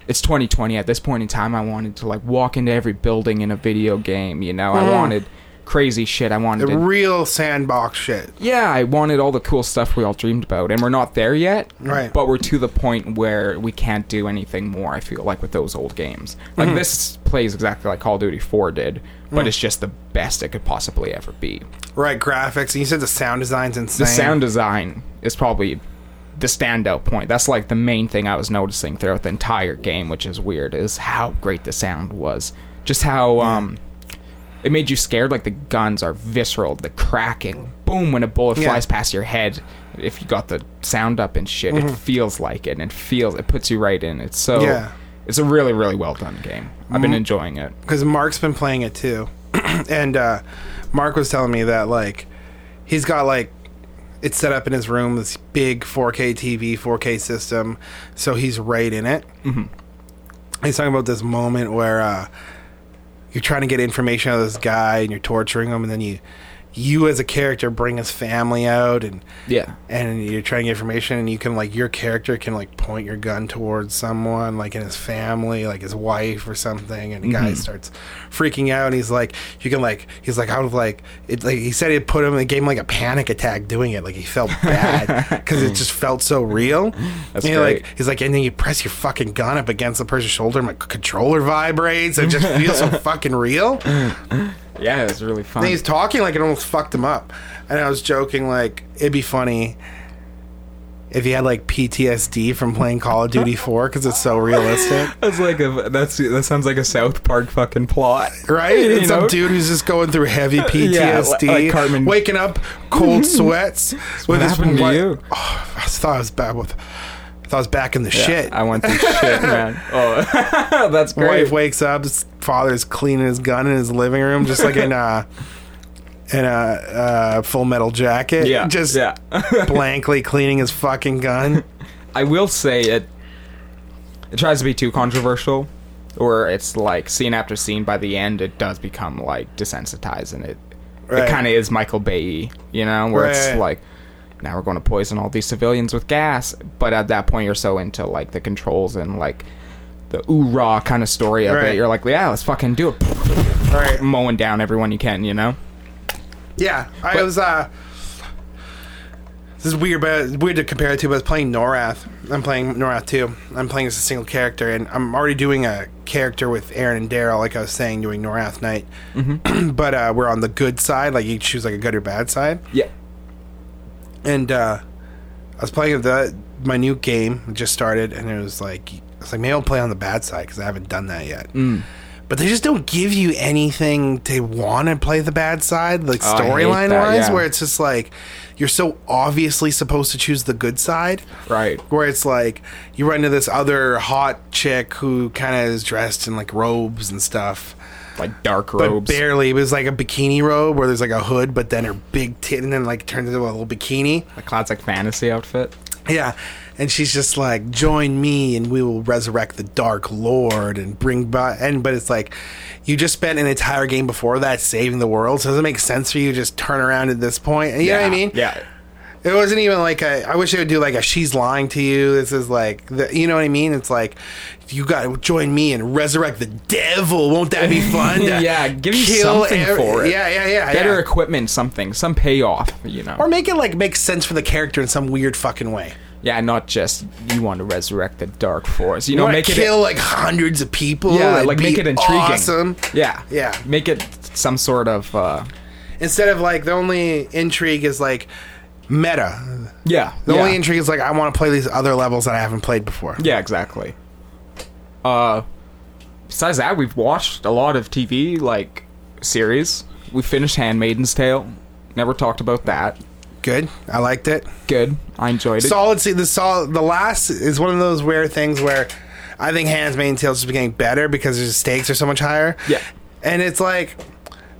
B: it's 2020 at this point in time i wanted to like walk into every building in a video game you know i wanted crazy shit i wanted
A: The
B: to-
A: real sandbox shit.
B: yeah, I wanted all the cool stuff we all dreamed about, and we're not there yet.
A: Right.
B: But we're to the point where we can't do anything more. I feel like with those old games, like this plays exactly like Call of Duty Four did, but it's just the best it could possibly ever be.
A: Right, graphics. And you said the sound design's insane.
B: The sound design is probably the standout point. That's like the main thing I was noticing throughout the entire game, which is weird, is how great the sound was. Just how um it made you scared like the guns are visceral, the cracking, boom when a bullet
A: Yeah.
B: flies past your head. If you got the sound up and shit, it feels like it and it feels it puts you right in. It's so
A: Mm-hmm. Yeah. Mm-hmm.
B: it's a really, really well done game. I've been enjoying it.
A: because Mark's been playing it too, [CLEARS THROAT] and uh, Mark was telling me that like he's got like it's set up in his room this big 4K TV, 4K system, so he's right in it. He's talking about this moment where uh, you're trying to get information out of this guy and you're torturing him, and then you you as a character bring his family out and
B: Yeah.
A: and you're trying to get information and you can like your character can like point your gun towards someone like in his family like his wife or something and the
B: Mm-hmm.
A: guy starts freaking out and he's like you can like he's like out of like it like he said it put him it gave him like a panic attack doing it like he felt bad
B: [LAUGHS]
A: because it just felt so real
B: That's
A: and you're
B: great.
A: like he's like and then you press your fucking gun up against the person's shoulder and my controller vibrates it just feels
B: [LAUGHS]
A: so fucking real
B: Yeah, it was really fun.
A: and he's talking like it almost fucked him up. And I was joking like it'd be funny if he had like PTSD from playing Call of
B: [LAUGHS]
A: Duty 4 because it's so realistic,
B: That's like a that's that sounds like a South Park fucking plot,
A: right?
B: You
A: It's some
B: know?
A: dude who's just going through
B: [LAUGHS]
A: heavy PTSD,
B: like Cartman.
A: waking up cold
B: [LAUGHS]
A: sweats
B: What
A: with his
B: happened to
A: wi-
B: you?
A: Oh, I thought I was bad with. I thought I was back in the shit.
B: I went through
A: [LAUGHS]
B: shit, man. Oh, [LAUGHS] that's
A: My
B: great.
A: Wife wakes up. His father's cleaning his gun in his living room, just
B: [LAUGHS]
A: like in a in a uh, Full Metal Jacket.
B: yeah,
A: just
B: yeah.
A: blankly cleaning his fucking gun.
B: I will say it. It tries to be too controversial, or it's like scene after scene. By the end, it does become like desensitized, and it
A: Right.
B: it kind of is Michael Bay, you know, where it's
A: Right.
B: like. Now we're going to poison all these civilians with gas, but at that point you're so into like the controls and like the ooh rah kind of story of
A: Right.
B: it. You're like, yeah, let's fucking do it.
A: Right.
B: mowing down everyone you can, you know?
A: Yeah, I
B: But-
A: was. uh This is weird, but it's weird to compare it to. But I was playing Norath. I'm playing Norath too. I'm playing as a single character, and I'm already doing a character with Aaron and Daryl, like I was saying, doing Norath Night. [CLEARS THROAT] but uh, we're on the good side. Like you choose like a good or bad side.
B: Yeah.
A: and uh, I was playing the my new game it just started, and it was like I was like maybe I'll play on the bad side because I haven't done that yet.
B: Mm.
A: But they just don't give you anything to want to play the bad side, like
B: Oh, I hate
A: storyline
B: that,
A: wise,
B: yeah.
A: where it's just like you're so obviously supposed to choose the good side
B: Right.
A: where it's like you run into this other hot chick who kind of is dressed in like robes and stuff
B: Like dark
A: but
B: robes.
A: barely it was like a bikini robe where there's like a hood but then her big tit and then like turns into a little bikini
B: a classic fantasy outfit.
A: Yeah. And she's just like, join me and we will resurrect the Dark Lord and bring back. And but it's like, you just spent an entire game before that saving the world. So does it make sense for you to just turn around at this point? You know what I mean?
B: Yeah.
A: It wasn't even like a, I wish they would do like a she's lying to you. This is like, the, you know what I mean? It's like, you got to join me and resurrect the devil. Won't that
B: [LAUGHS]
A: be fun? to
B: Yeah, give you
A: kill
B: something for it.
A: Yeah, yeah, yeah.
B: Better
A: yeah.
B: equipment, something, some payoff, you know.
A: or make it like make sense for the character in some weird fucking way.
B: yeah, not just you want to resurrect the dark force. You know,
A: wanna
B: make it
A: kill like hundreds of people.
B: yeah,
A: and
B: like
A: be
B: make it intriguing.
A: Awesome.
B: Yeah.
A: Yeah.
B: Make it some sort of uh
A: Instead of like the only intrigue is like meta.
B: yeah.
A: The
B: yeah.
A: only intrigue is like I want to play these other levels that I haven't played before.
B: Yeah, exactly. Uh, besides that, we've watched a lot of TV like series. We finished *Handmaiden's Tale*. Never talked about that.
A: Good. I liked it.
B: Good. I enjoyed it.
A: Solid. See the solid. The last is one of those rare things where I think Hands Main Tales is getting better because the stakes are so much higher.
B: Yeah.
A: And it's like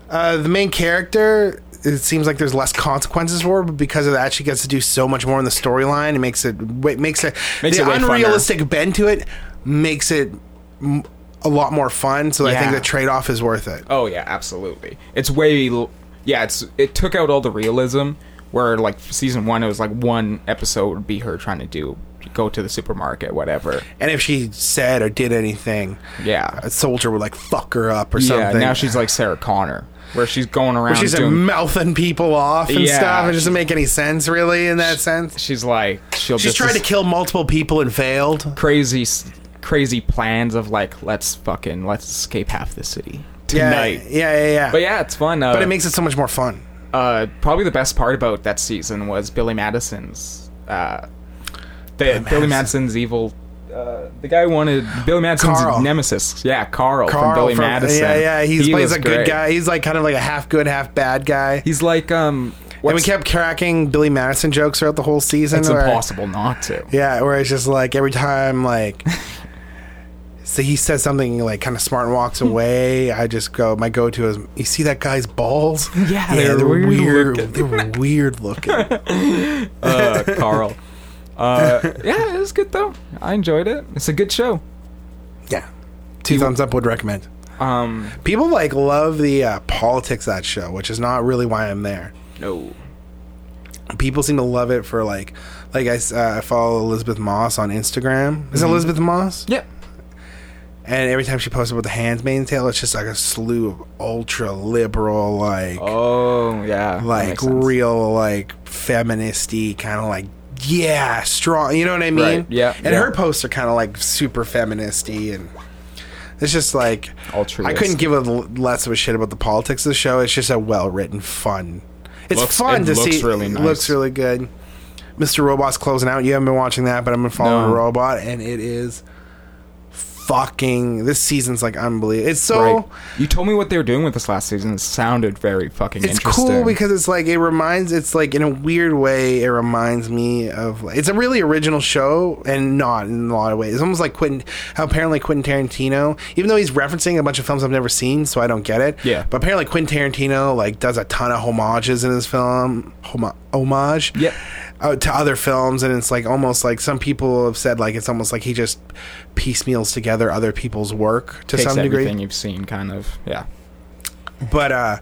A: uh, the main character. It seems like there's less consequences for, her, but because of that, she gets to do so much more in the storyline. It makes it wa- makes it
B: Makes
A: the
B: it way funner.
A: unrealistic bend to it makes it m- a lot more fun. So I think
B: Yeah.
A: the trade off is worth it.
B: Oh yeah, absolutely. It's way l- yeah. It's it took out all the realism. Where like season one, it was like one episode would be her trying to do go to the supermarket, whatever.
A: And if she said or did anything,
B: Yeah.
A: a soldier would like fuck her up or
B: Yeah.
A: something.
B: Now she's like Sarah Connor, where she's going around.
A: she's
B: doing,
A: mouthing people off and
B: Yeah.
A: stuff. It doesn't make any sense, really, in that sense.
B: she's like she'll
A: She's
B: just
A: tried to kill multiple people and failed.
B: crazy s- crazy plans of like let's fucking let's escape half the city
A: Yeah,
B: tonight.
A: yeah, yeah, yeah.
B: But yeah, it's fun. Uh,
A: But it makes it so much more fun.
B: uh, probably the best part about that season was Billy Madison's uh, the, Billy,
A: Madison.
B: Madison's evil. Uh, the guy who wanted Billy Madison's
A: Carl.
B: nemesis. Yeah, Carl,
A: Carl
B: from Billy
A: from-
B: Madison.
A: Yeah, yeah. He's,
B: He
A: plays
B: was
A: a good
B: great.
A: guy. He's like kind of like a half good, half bad guy.
B: He's like um.
A: and we
B: what's-
A: kept cracking Billy Madison jokes throughout the whole season.
B: It's
A: where-
B: impossible not to.
A: [LAUGHS] Yeah, where it's just like every time, like, so he says something like kind of smart and walks
B: Hmm.
A: away. I just go, my go to is, you see that guy's balls?
B: [LAUGHS] Yeah, they're weird looking."
A: They were weird looking.
B: [LAUGHS] Uh, Carl.
A: [LAUGHS]
B: Uh, yeah, it was good though. I enjoyed it. It's a good show.
A: yeah. Two thumbs up would recommend.
B: Um,
A: People like love the uh, politics of that show, which is not really why I'm there.
B: no.
A: People seem to love it for like, like I s- uh, I follow Elizabeth Moss on Instagram.
B: Mm-hmm.
A: Is it Elizabeth Moss?
B: Yeah.
A: And every time she posts about the Handmaid's Tale, it's just like a slew of ultra liberal, like
B: Oh, yeah. that
A: like
B: makes sense.
A: real like feministy kind of like yeah strong you know what i mean
B: Right, yeah,
A: and
B: yeah.
A: her posts are kind of like super feministy and it's just like i
B: Altruistic.
A: couldn't give a l- less of a shit about the politics of the show it's just a well-written fun it's
B: Looks-
A: fun
B: it
A: to
B: looks
A: see
B: really
A: it
B: nice.
A: looks really good mr robot's closing out you haven't been watching that but i've been following
B: No.
A: robot and it is fucking this season's like unbelievable it's so
B: Right. You told me what they were doing with this last season. It sounded very fucking
A: it's
B: interesting.
A: cool because it's like it reminds it's like in a weird way it reminds me of it's a really original show and not in a lot of ways it's almost like quentin how apparently quentin tarantino even though he's referencing a bunch of films i've never seen so i don't get it
B: Yeah.
A: but apparently quentin tarantino like does a ton of homages in his film Homa- homage
B: Yep.
A: uh, to other films and it's like almost like some people have said like it's almost like he just piecemeals together other people's work to
B: Takes
A: some degree
B: everything you've seen, kind of. Yeah.
A: but uh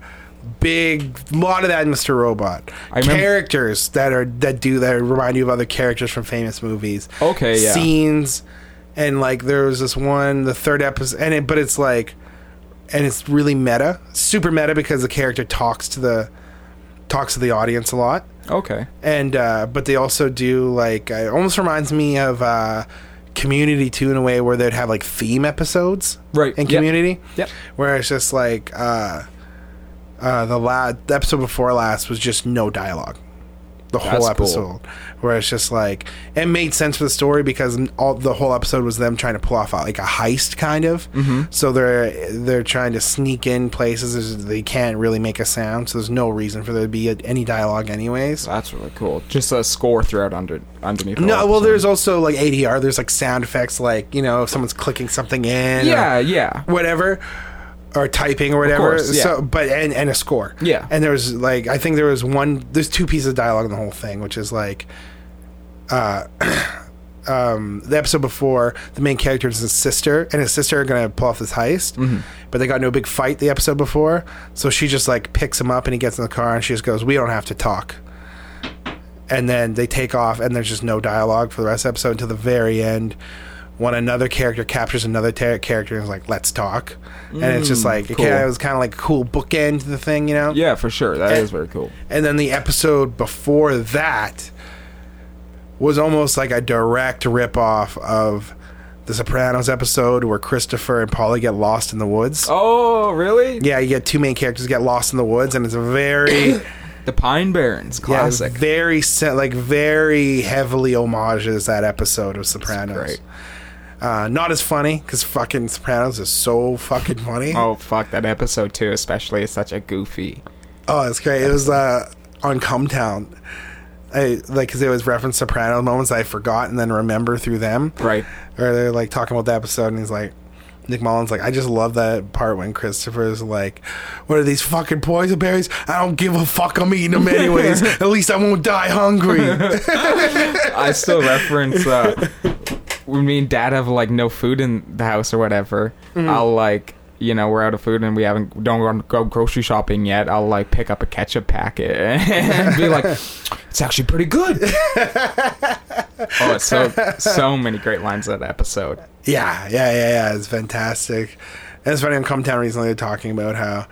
A: big lot of that in mr robot
B: I remember-
A: characters that are that do that remind you of other characters from famous movies
B: Okay, yeah.
A: scenes and like there was this one the third episode and it but it's like and it's really meta super meta because the character talks to the talks to the audience a lot
B: Okay.
A: and uh but they also do like uh, it almost reminds me of uh community too in a way where they'd have like theme episodes
B: Right,
A: in
B: yep.
A: community
B: Yep.
A: where it's just like uh uh the la the episode before last was just no dialogue the whole
B: That's cool.
A: episode where it's just like it made sense for the story because all the whole episode was them trying to pull off uh, like a heist kind of
B: Mm-hmm.
A: so they're they're trying to sneak in places as they can't really make a sound so there's no reason for there to be any dialogue anyways
B: That's really cool. Just a score throughout under underneath. the
A: no
B: whole
A: well
B: episode.
A: there's also like adr there's like sound effects like you know if someone's clicking something in or-
B: Yeah, yeah.
A: whatever or typing or whatever
B: course, yeah.
A: so but and and a score
B: Yeah.
A: and there was like i think there was one there's two pieces of dialogue in the whole thing which is like uh [CLEARS THROAT] um the episode before the main character is his sister and his sister are gonna pull off this heist
B: Mm-hmm.
A: but they got into a big fight the episode before so she just like picks him up and he gets in the car and she just goes we don't have to talk and then they take off and there's just no dialogue for the rest of the episode until the very end when another character captures another ter- character and is like let's talk and it's just like it,
B: Mm, cool.
A: kinda, it was kind of like a cool bookend to the thing you know
B: Yeah, for sure. That is
A: Eh.
B: very cool.
A: and then the episode before that was almost like a direct ripoff of the sopranos episode where christopher and polly get lost in the woods
B: Oh, really?
A: yeah you get two main characters get lost in the woods and it's a
B: [COUGHS]
A: very
B: The Pine Barrens,
A: Yeah, it's
B: classic.
A: very se- like very heavily homages that episode of Sopranos.
B: great.
A: Uh, not as funny because fucking Sopranos is so fucking funny. oh.
B: oh fuck, that episode too. Especially is such a goofy.
A: Oh, it's great. It was uh, on Cumtown. I, like, because it was reference Soprano moments I forgot and then remember through them.
B: Right.
A: Or they're like talking about the episode, and he's like, Nick Mullins, like, I just love that part when Christopher's like, What are these fucking poison berries? I don't give a fuck. I'm eating them
B: [LAUGHS]
A: anyways. At least I won't die hungry.
B: I still reference uh, when me and dad have like no food in the house or whatever. I'll like you know we're out of food and we haven't don't go, go grocery shopping yet. I'll like pick up a ketchup packet [LAUGHS] and be like, it's actually pretty [LAUGHS] good. oh, it's so so many great lines in that episode.
A: Yeah, yeah, yeah, yeah. It's fantastic. And it's funny on Come Town recently they're talking about how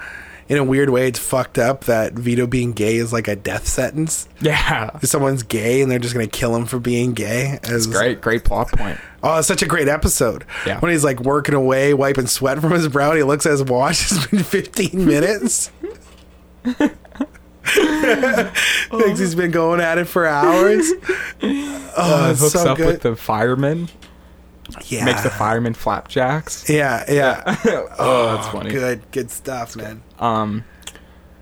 A: in a weird way it's fucked up that Vito being gay is like a death sentence.
B: Yeah,
A: If someone's gay and they're just gonna kill him for being gay. It's
B: great great plot point.
A: Oh, it's such a great episode.
B: Yeah.
A: When he's like working away, wiping sweat from his brow, and he looks at his watch, [LAUGHS] it's been fifteen minutes.
B: [LAUGHS]
A: [LAUGHS] Thinks he's been going at it for
B: [LAUGHS]
A: hours. Oh,
B: It
A: it's
B: Uh, hooks
A: so
B: up
A: good.
B: with the fireman,
A: yeah.
B: makes the fireman flapjacks.
A: yeah, yeah.
B: oh, that's [LAUGHS] funny.
A: Good, good stuff, man.
B: Um,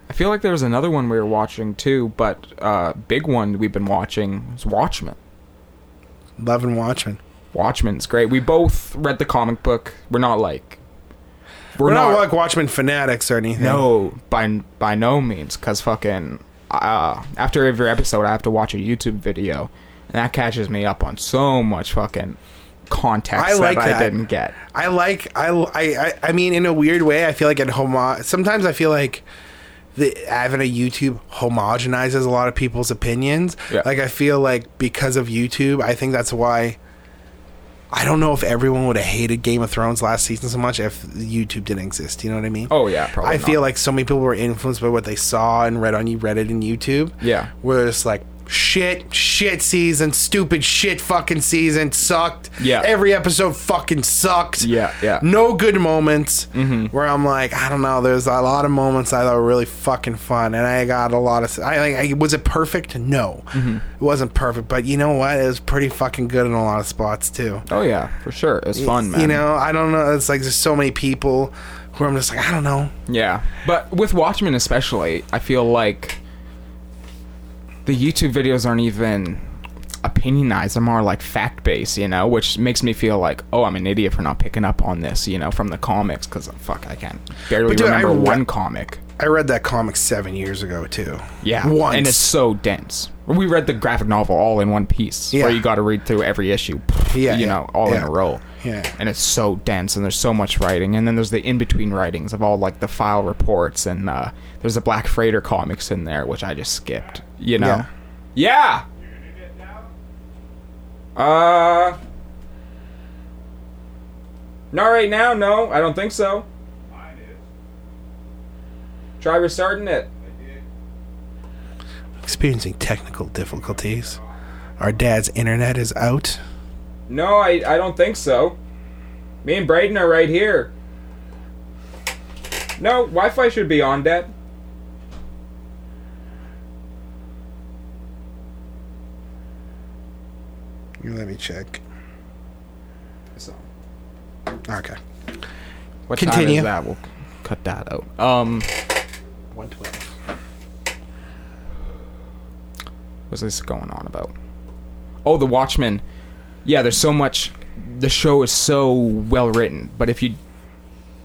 B: I feel like there was another one we were watching too, but uh, big one we've been watching is Watchmen.
A: Love and Watchmen.
B: Watchmen's great. We both read the comic book. We're not like we're,
A: We're
B: not,
A: not like Watchmen fanatics or anything.
B: no by by no means because fucking uh, after every episode I have to watch a YouTube video and that catches me up on so much fucking context
A: I like
B: that,
A: that.
B: I didn't get.
A: I like I, I I- I mean in a weird way I feel like it homo sometimes I feel like the advent of YouTube homogenizes a lot of people's opinions.
B: Yeah.
A: Like I feel like because of YouTube, I think that's why I don't know if everyone would have hated Game of Thrones last season so much if YouTube didn't exist. You know what I mean?
B: Oh, yeah, probably
A: I
B: not.
A: feel like so many people were influenced by what they saw and read on Reddit and YouTube.
B: Yeah.
A: where it's like shit, shit season, stupid shit, fucking season sucked.
B: Yeah.
A: every episode fucking sucked.
B: Yeah, yeah. Mm-hmm.
A: No good moments. Where I'm like, I don't know. There's a lot of moments I thought were really fucking fun, and I got a lot of. I like. I, was it perfect? No,
B: Mm-hmm.
A: it wasn't perfect. But you know what? It was pretty fucking good in a lot of spots too.
B: Oh yeah, for sure. It was fun, man.
A: You know, I don't know. It's like there's so many people where I'm just like, I don't know.
B: Yeah, but with Watchmen especially, I feel like the YouTube videos aren't even opinionized; they're more like fact based, you know, which makes me feel like, oh, I'm an idiot for not picking up on this, you know, from the comics because fuck, I can't barely
A: But dude, I
B: remember
A: re-
B: one comic.
A: I read that comic seven years ago too.
B: Yeah,
A: once
B: and it's so dense. We read the graphic novel all in one piece,
A: Yeah.
B: where you got to read through every issue, [LAUGHS]
A: Yeah, yeah,
B: you know, all in
A: yeah,
B: a row.
A: yeah.
B: and it's so dense, and there's so much writing, and then there's the in between writings of all like the file reports, and uh, there's the Black Freighter comics in there, which I just skipped. You know, yeah. Uh, not right now. No, I don't think so. Try restarting it.
A: experiencing technical difficulties. Our dad's internet is out.
B: No, I, I don't think so. Me and Braden are right here. No, Wi Fi should be on, Dad.
A: Let me check.
B: So,
A: Okay.
B: what
A: Continue.
B: that? We'll cut that out. Um,
A: 112.
B: what's this going on about? Oh, The Watchmen. Yeah, there's so much. The show is so well written, but if you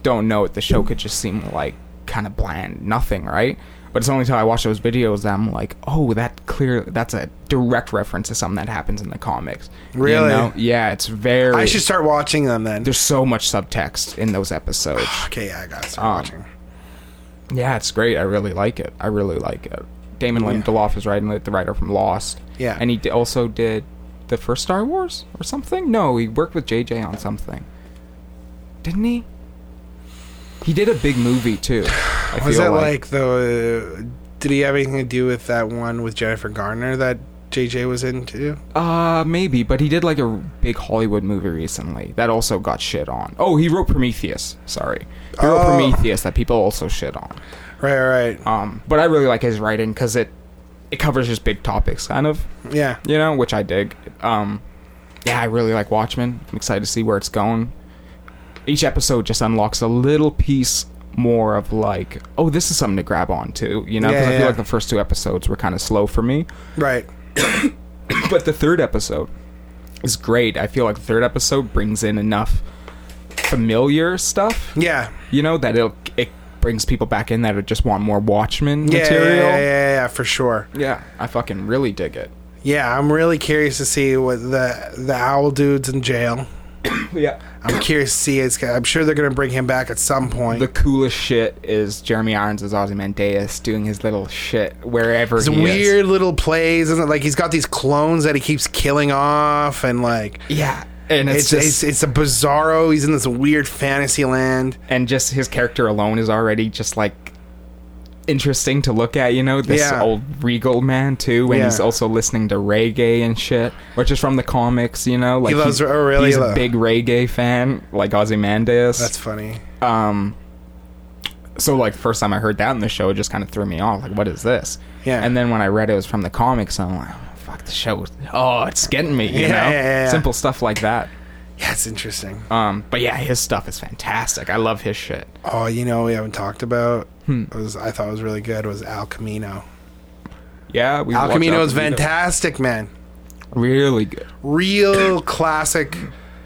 B: don't know it, the show could just seem like kind of bland, nothing, right? But it's only till I watch those videos that I'm like, oh, that clear. That's a direct reference to something that happens in the comics. You
A: Really?
B: know? Yeah, it's very.
A: I should start watching them then.
B: there's so much subtext in those episodes.
A: Okay, yeah, I gotta start
B: Um,
A: watching.
B: Yeah, it's great. I really like it. I really like it. Damon Lindelof is writing it, the writer from Lost.
A: Yeah.
B: and he d- also did the first Star Wars or something. No, he worked with JJ on something, didn't he? He did a big movie too. I
A: [SIGHS] Was
B: feel
A: that like the? Did he have anything to do with that one with Jennifer Garner that JJ was into?
B: uh maybe, but he did like a big Hollywood movie recently that also got shit on. Oh, he wrote Prometheus. Sorry, he wrote
A: Oh.
B: Prometheus that people also shit on.
A: Right, right.
B: Um, but I really like his writing because it it covers just big topics, kind of,
A: Yeah.
B: you know, which I dig. Um, yeah, I really like Watchmen. I'm excited to see where it's going. Each episode just unlocks a little piece more of like, oh, this is something to grab on to, you know? Because
A: Yeah,
B: I feel
A: yeah.
B: like the first two episodes were kind of slow for me,
A: Right.
B: but the third episode is great. I feel like the third episode brings in enough familiar stuff
A: Yeah.
B: you know that it'll, it brings people back in that just want more Watchmen
A: Yeah, yeah,
B: material.
A: yeah, yeah, yeah, for sure.
B: Yeah, I fucking really dig it.
A: Yeah, I'm really curious to see what the the owl dudes in jail.
B: Yeah,
A: I'm curious to see. It's, I'm sure they're gonna bring him back at some point.
B: the coolest shit is Jeremy Irons as Ozymandias doing his little shit wherever
A: It's
B: he
A: weird little plays, isn't it? Like he's got these clones that he keeps killing off, and like
B: is. Yeah, and it's,
A: it's it's,
B: just
A: it's a bizarro. He's in this weird fantasy land.
B: and just his character alone is already just like interesting to look at. You know, this
A: Yeah.
B: old regal man too, and
A: Yeah.
B: he's also listening to reggae and shit, which is from the comics. You know, like
A: loves-
B: he's,
A: oh, really?
B: he's
A: Lo-
B: a big reggae fan, like Ozymandias.
A: That's funny.
B: um so like first time i heard that in the show it just kind of threw me off like what is this
A: Yeah.
B: and then when i read it was from the comics i'm like oh, fuck the show oh it's getting me you
A: Yeah,
B: know
A: yeah, yeah.
B: simple stuff like that
A: Yeah, it's interesting.
B: um but yeah his stuff is fantastic i love his shit
A: Oh, you know, we haven't talked about.
B: Hmm.
A: Was I thought was really good was Al Camino.
B: yeah we
A: Al
B: watch
A: Camino is
B: Alchemy.
A: fantastic, man.
B: really good [COUGHS]
A: Real classic.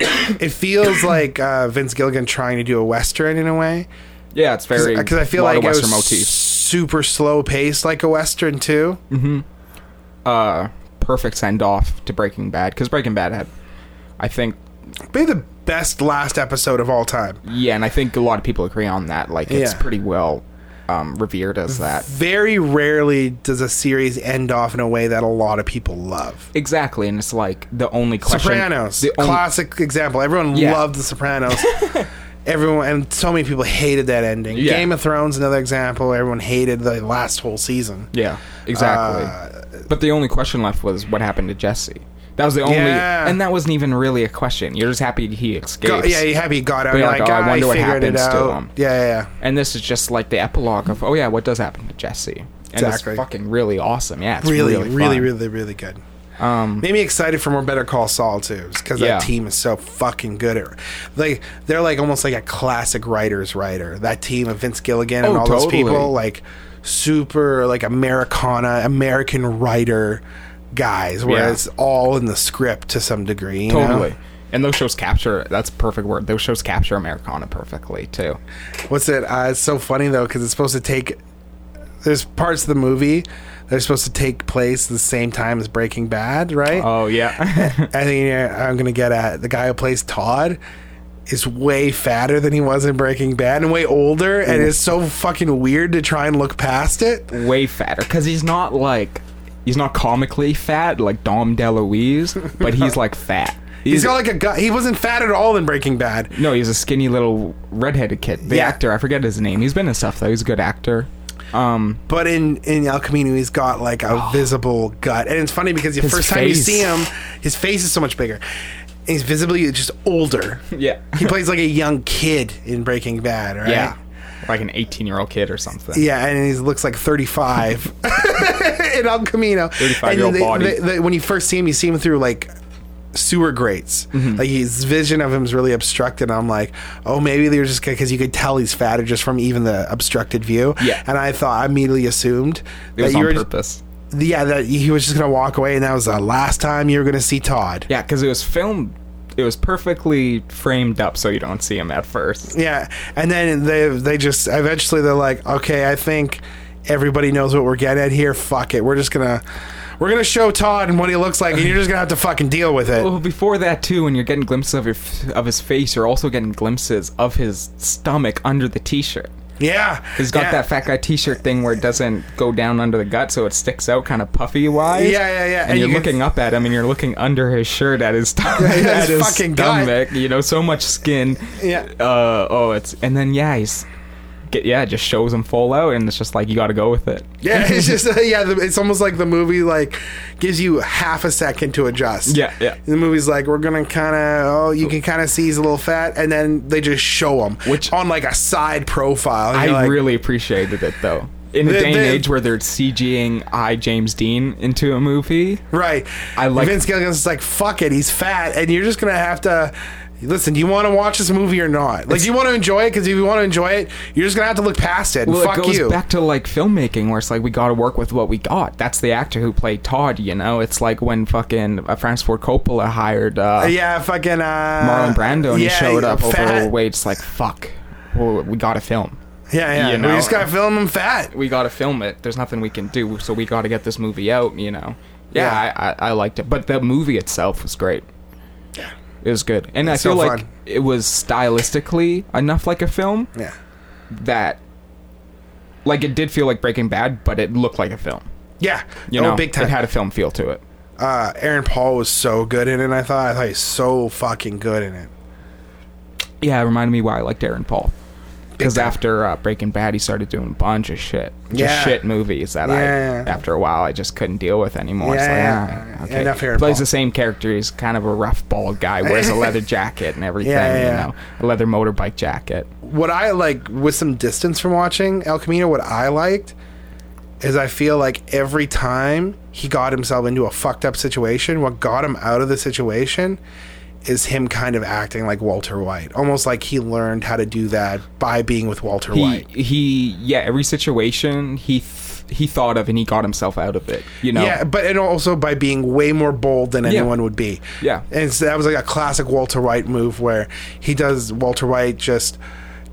A: It feels like uh, Vince Gilligan trying to do a western in a way.
B: yeah it's very
A: because I feel
B: lot
A: like
B: of
A: it was
B: western motifs
A: super slow paced, like a western too.
B: uh perfect send off to breaking bad because breaking bad had i think
A: Maybe the best last episode of all time.
B: Yeah, and I think a lot of people agree on that. Like, it's
A: Yeah.
B: pretty well um, revered as that.
A: Very rarely does a series end off in a way that a lot of people love.
B: Exactly, and it's like the only question.
A: Sopranos,
B: the only-
A: classic example. Everyone
B: Yeah.
A: loved The
B: [LAUGHS]
A: Sopranos. Everyone and so many people hated that ending.
B: Yeah.
A: Game of Thrones, another example. Everyone hated the last whole season.
B: Yeah, exactly.
A: Uh,
B: but the only question left was what happened to Jesse. That was the only,
A: Yeah.
B: and that wasn't even really a question. You're just happy he
A: Go,
B: escapes.
A: yeah, you happy he got out.
B: But
A: You're
B: like,
A: like,
B: oh, I
A: "Ah, I
B: wonder what
A: figured it
B: happens to
A: out.
B: him.
A: Yeah, yeah, yeah.
B: And this is just like the epilogue of, oh yeah, what does happen to Jesse? And
A: Exactly.
B: it's fucking really awesome. Yeah, it's
A: really,
B: really,
A: really, really,
B: fun.
A: really, good. Um, Made me excited for more Better Call Saul too, because
B: Yeah.
A: that team is so fucking good at. Like they're like almost like a classic writers writer. That team of Vince Gilligan and
B: Oh,
A: all those
B: totally.
A: people, like super like Americana, American writer guys, where
B: Yeah.
A: it's all in the script to some degree. you know?
B: totally. And those shows capture that's a perfect word. Those shows capture Americana perfectly too.
A: What's it? Uh, it's so funny though because it's supposed to take. There's parts of the movie that are supposed to take place the same time as Breaking Bad, right?
B: Oh [LAUGHS] yeah,
A: I think yeah, I'm gonna get at the guy who plays Todd is way fatter than he was in Breaking Bad and way older, and it's so fucking weird to try and look past it.
B: way fatter because he's not like he's not comically fat like Dom DeLuise, but he's like fat.
A: [LAUGHS] He's got like a gut. He wasn't fat at all in Breaking Bad.
B: No, he's a skinny little redheaded kid. The
A: Yeah.
B: actor, I forget his name. He's been in stuff though. He's a good actor. Um,
A: But in in El Camino, he's got like a visible gut, and it's funny because the
B: Oh. His
A: first time you
B: face.
A: see him, his face is so much bigger. And he's visibly just older.
B: [LAUGHS] yeah,
A: he plays like a young kid in Breaking Bad, right?
B: yeah, like an eighteen-year-old kid or something.
A: Yeah, and he looks like 35 [LAUGHS] in El Camino.
B: 35-year-old
A: And they-
B: body.
A: they- they- when you first see him, you see him through like sewer grates.
B: Mm-hmm.
A: Like his vision of him is really obstructed. I'm like, oh, maybe they're just because you could tell he's fatter just from even the obstructed view.
B: Yeah.
A: And I thought, I immediately assumed
B: it was
A: you
B: on
A: were,
B: purpose.
A: yeah, that he was just gonna walk away, and that was the last time you were gonna see Todd.
B: Yeah, because it was filmed. It was perfectly framed up so you don't see him at first.
A: Yeah, and then they they just eventually they're like, okay, I think everybody knows what we're getting at here. Fuck it, we're just gonna we're gonna show Todd and what he looks like, and you're just gonna have to fucking deal with
B: [LAUGHS]
A: it.
B: Well, before that too, when you're getting glimpses of your f- of his face, you're also getting glimpses of his stomach under the t-shirt.
A: Yeah,
B: He's got
A: yeah.
B: that fat guy t-shirt thing where it doesn't go down under the gut, so it sticks out kind of puffy wise.
A: Yeah, yeah, yeah.
B: And,
A: And
B: you're
A: you can-
B: looking up at him, and you're looking under his shirt at his [LAUGHS]
A: [LAUGHS]
B: stomach,
A: his
B: at his
A: fucking gut.
B: stomach. You know, so much skin.
A: Yeah.
B: Uh, oh, it's and then yeah, he's get yeah, it just shows him full out, and it's just like you got to go with it.
A: [LAUGHS] Yeah,
B: [LAUGHS]
A: it's just uh, yeah. The, it's almost like the movie like gives you half a second to adjust.
B: Yeah, yeah.
A: The movie's like we're gonna kind of oh you can kind of see he's a little fat, and then they just show him
B: Which-
A: on like a side profile. and
B: I
A: you're like,
B: really appreciated it though. In a
A: The-
B: day and
A: the-
B: age where they're CGing I James Dean into a movie,
A: Right.
B: I like-
A: Vince Gilligan's just like fuck it. He's fat, and you're just gonna have to listen. Do you want to watch this movie or not? Like, do you want to enjoy it? Because if you want to enjoy it, you're just gonna have to look past it. And
B: well,
A: fuck
B: it goes
A: you.
B: back to like filmmaking, where it's like we got to work with what we got. That's the actor who played Todd. You know, it's like when fucking uh, Francis Ford Coppola hired uh,
A: yeah, fucking uh,
B: Marlon Brando, and he
A: yeah,
B: showed up
A: fat.
B: overweight. It's like fuck. Well, we got to film.
A: Yeah, yeah.
B: you know.
A: We just gotta film him fat.
B: We got to film it. There's nothing we can do, so we got to get this movie out. You know. Yeah,
A: Yeah.
B: I, I, I liked it, but the movie itself was great.
A: Yeah.
B: It was good, and
A: It's
B: I feel
A: so
B: like
A: fun.
B: it was stylistically enough like a film
A: Yeah.
B: that, like, it did feel like Breaking Bad, but it looked like a film.
A: Yeah,
B: You
A: oh,
B: know,
A: big time.
B: it had a film feel to it.
A: uh, Aaron Paul was so good in it. I thought, I thought he's so fucking good in it.
B: Yeah, it reminded me why I liked Aaron Paul. Because
A: time.
B: after uh, Breaking Bad, he started doing a bunch of shit, just
A: Yeah.
B: shit movies that
A: Yeah.
B: I, after a while, I just couldn't deal with anymore. It's like,
A: Yeah.
B: ah, okay.
A: Enough Aaron
B: Plays
A: Paul.
B: the same character. He's kind of a rough, bald guy. Wears
A: [LAUGHS]
B: a leather jacket and everything.
A: Yeah, yeah,
B: you
A: yeah.
B: know, a leather motorbike jacket.
A: what I like with some distance from watching El Camino, what I liked is I feel like every time he got himself into a fucked up situation, what got him out of the situation is him kind of acting like Walter White. Almost like he learned how to do that by being with Walter
B: he
A: White.
B: he yeah every situation he th- he thought of and he got himself out of it you know
A: Yeah, but and also by being way more bold than
B: Yeah.
A: anyone would be.
B: Yeah.
A: and so that was like a classic Walter White move where he does Walter White just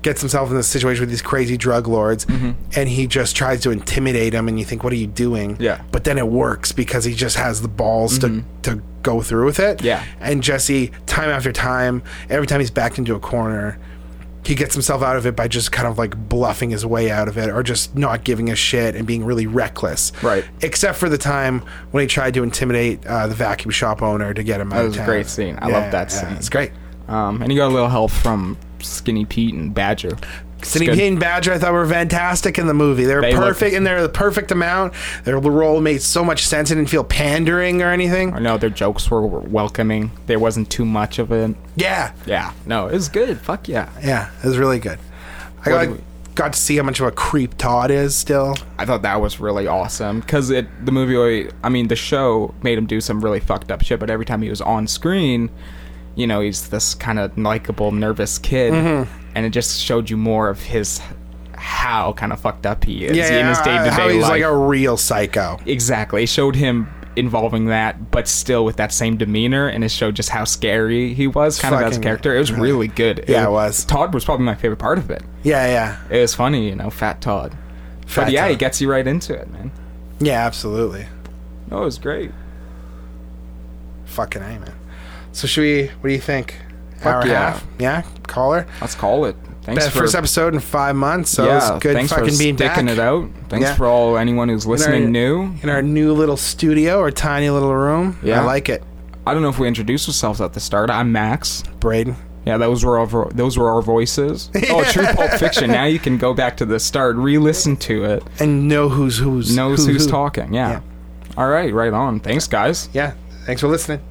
A: gets himself in this situation with these crazy drug lords,
B: Mm-hmm.
A: and he just tries to intimidate him, and you think, what are you doing?
B: Yeah. Mm-hmm.
A: but then it works because he just has the balls to to go through with it.
B: Yeah.
A: And Jesse, time after time, every time he's backed into a corner, he gets himself out of it by just kind of like bluffing his way out of it or just not giving a shit and being really reckless.
B: Right.
A: Except for the time when he tried to intimidate uh, the vacuum shop owner to get him out
B: That
A: of
B: was a
A: town.
B: great scene. I love that scene.
A: It's great.
B: Um, and he got a little help from Skinny Pete and Badger.
A: Sidney
B: good.
A: Payne and Badger, I thought were fantastic in the movie. They were
B: They looked-
A: perfect, and they're the perfect amount. Their role made so much sense. It didn't feel pandering or anything.
B: I know their jokes were welcoming. There wasn't too much of it.
A: Yeah,
B: Yeah. No, it was good. Fuck yeah.
A: yeah, it was really good. I
B: What
A: got,
B: do we-
A: got to see how much of a creep Todd is still.
B: I thought that was really awesome because it the movie. really- I mean, the show made him do some really fucked up shit, but every time he was on screen, you know, he's this kind of likable, nervous kid,
A: Mm-hmm.
B: and it just showed you more of his how kind of fucked up he is in his day to
A: uh, how
B: day
A: he's
B: life.
A: like a real psycho.
B: exactly, it showed him involving that, but still with that same demeanor, and it showed just how scary he was, kind of as a
A: Fucking-
B: character. It was really good.
A: Yeah, it was.
B: Todd was probably my favorite part of it.
A: Yeah, yeah,
B: It was funny, you know, Fat Todd.
A: Fat
B: but yeah, he
A: Todd.
B: gets you right into it, man.
A: yeah, absolutely.
B: No, it was great.
A: Fucking a man. So should we? What do you think?
B: Fuck
A: Hour and
B: yeah.
A: a half? Yeah, call her.
B: Let's call it. Thanks
A: Best
B: for
A: first episode in five months. So
B: yeah,
A: it's good
B: thanks
A: fucking
B: for
A: being
B: sticking
A: back.
B: it out. Thanks
A: Yeah.
B: for all anyone who's listening new.
A: in our new little studio or tiny little room.
B: Yeah.
A: I like it.
B: I don't know if we introduced ourselves at the start. I'm Max.
A: Braden.
B: Yeah, those were our vo- those were
A: [LAUGHS]
B: our voices. Oh, true Pulp Fiction. Now you can go back to the start, re-listen to it,
A: And know who's who's
B: knows
A: who-
B: who's
A: who.
B: talking. Yeah. All right, right on. Thanks, guys.
A: Yeah. Thanks for listening.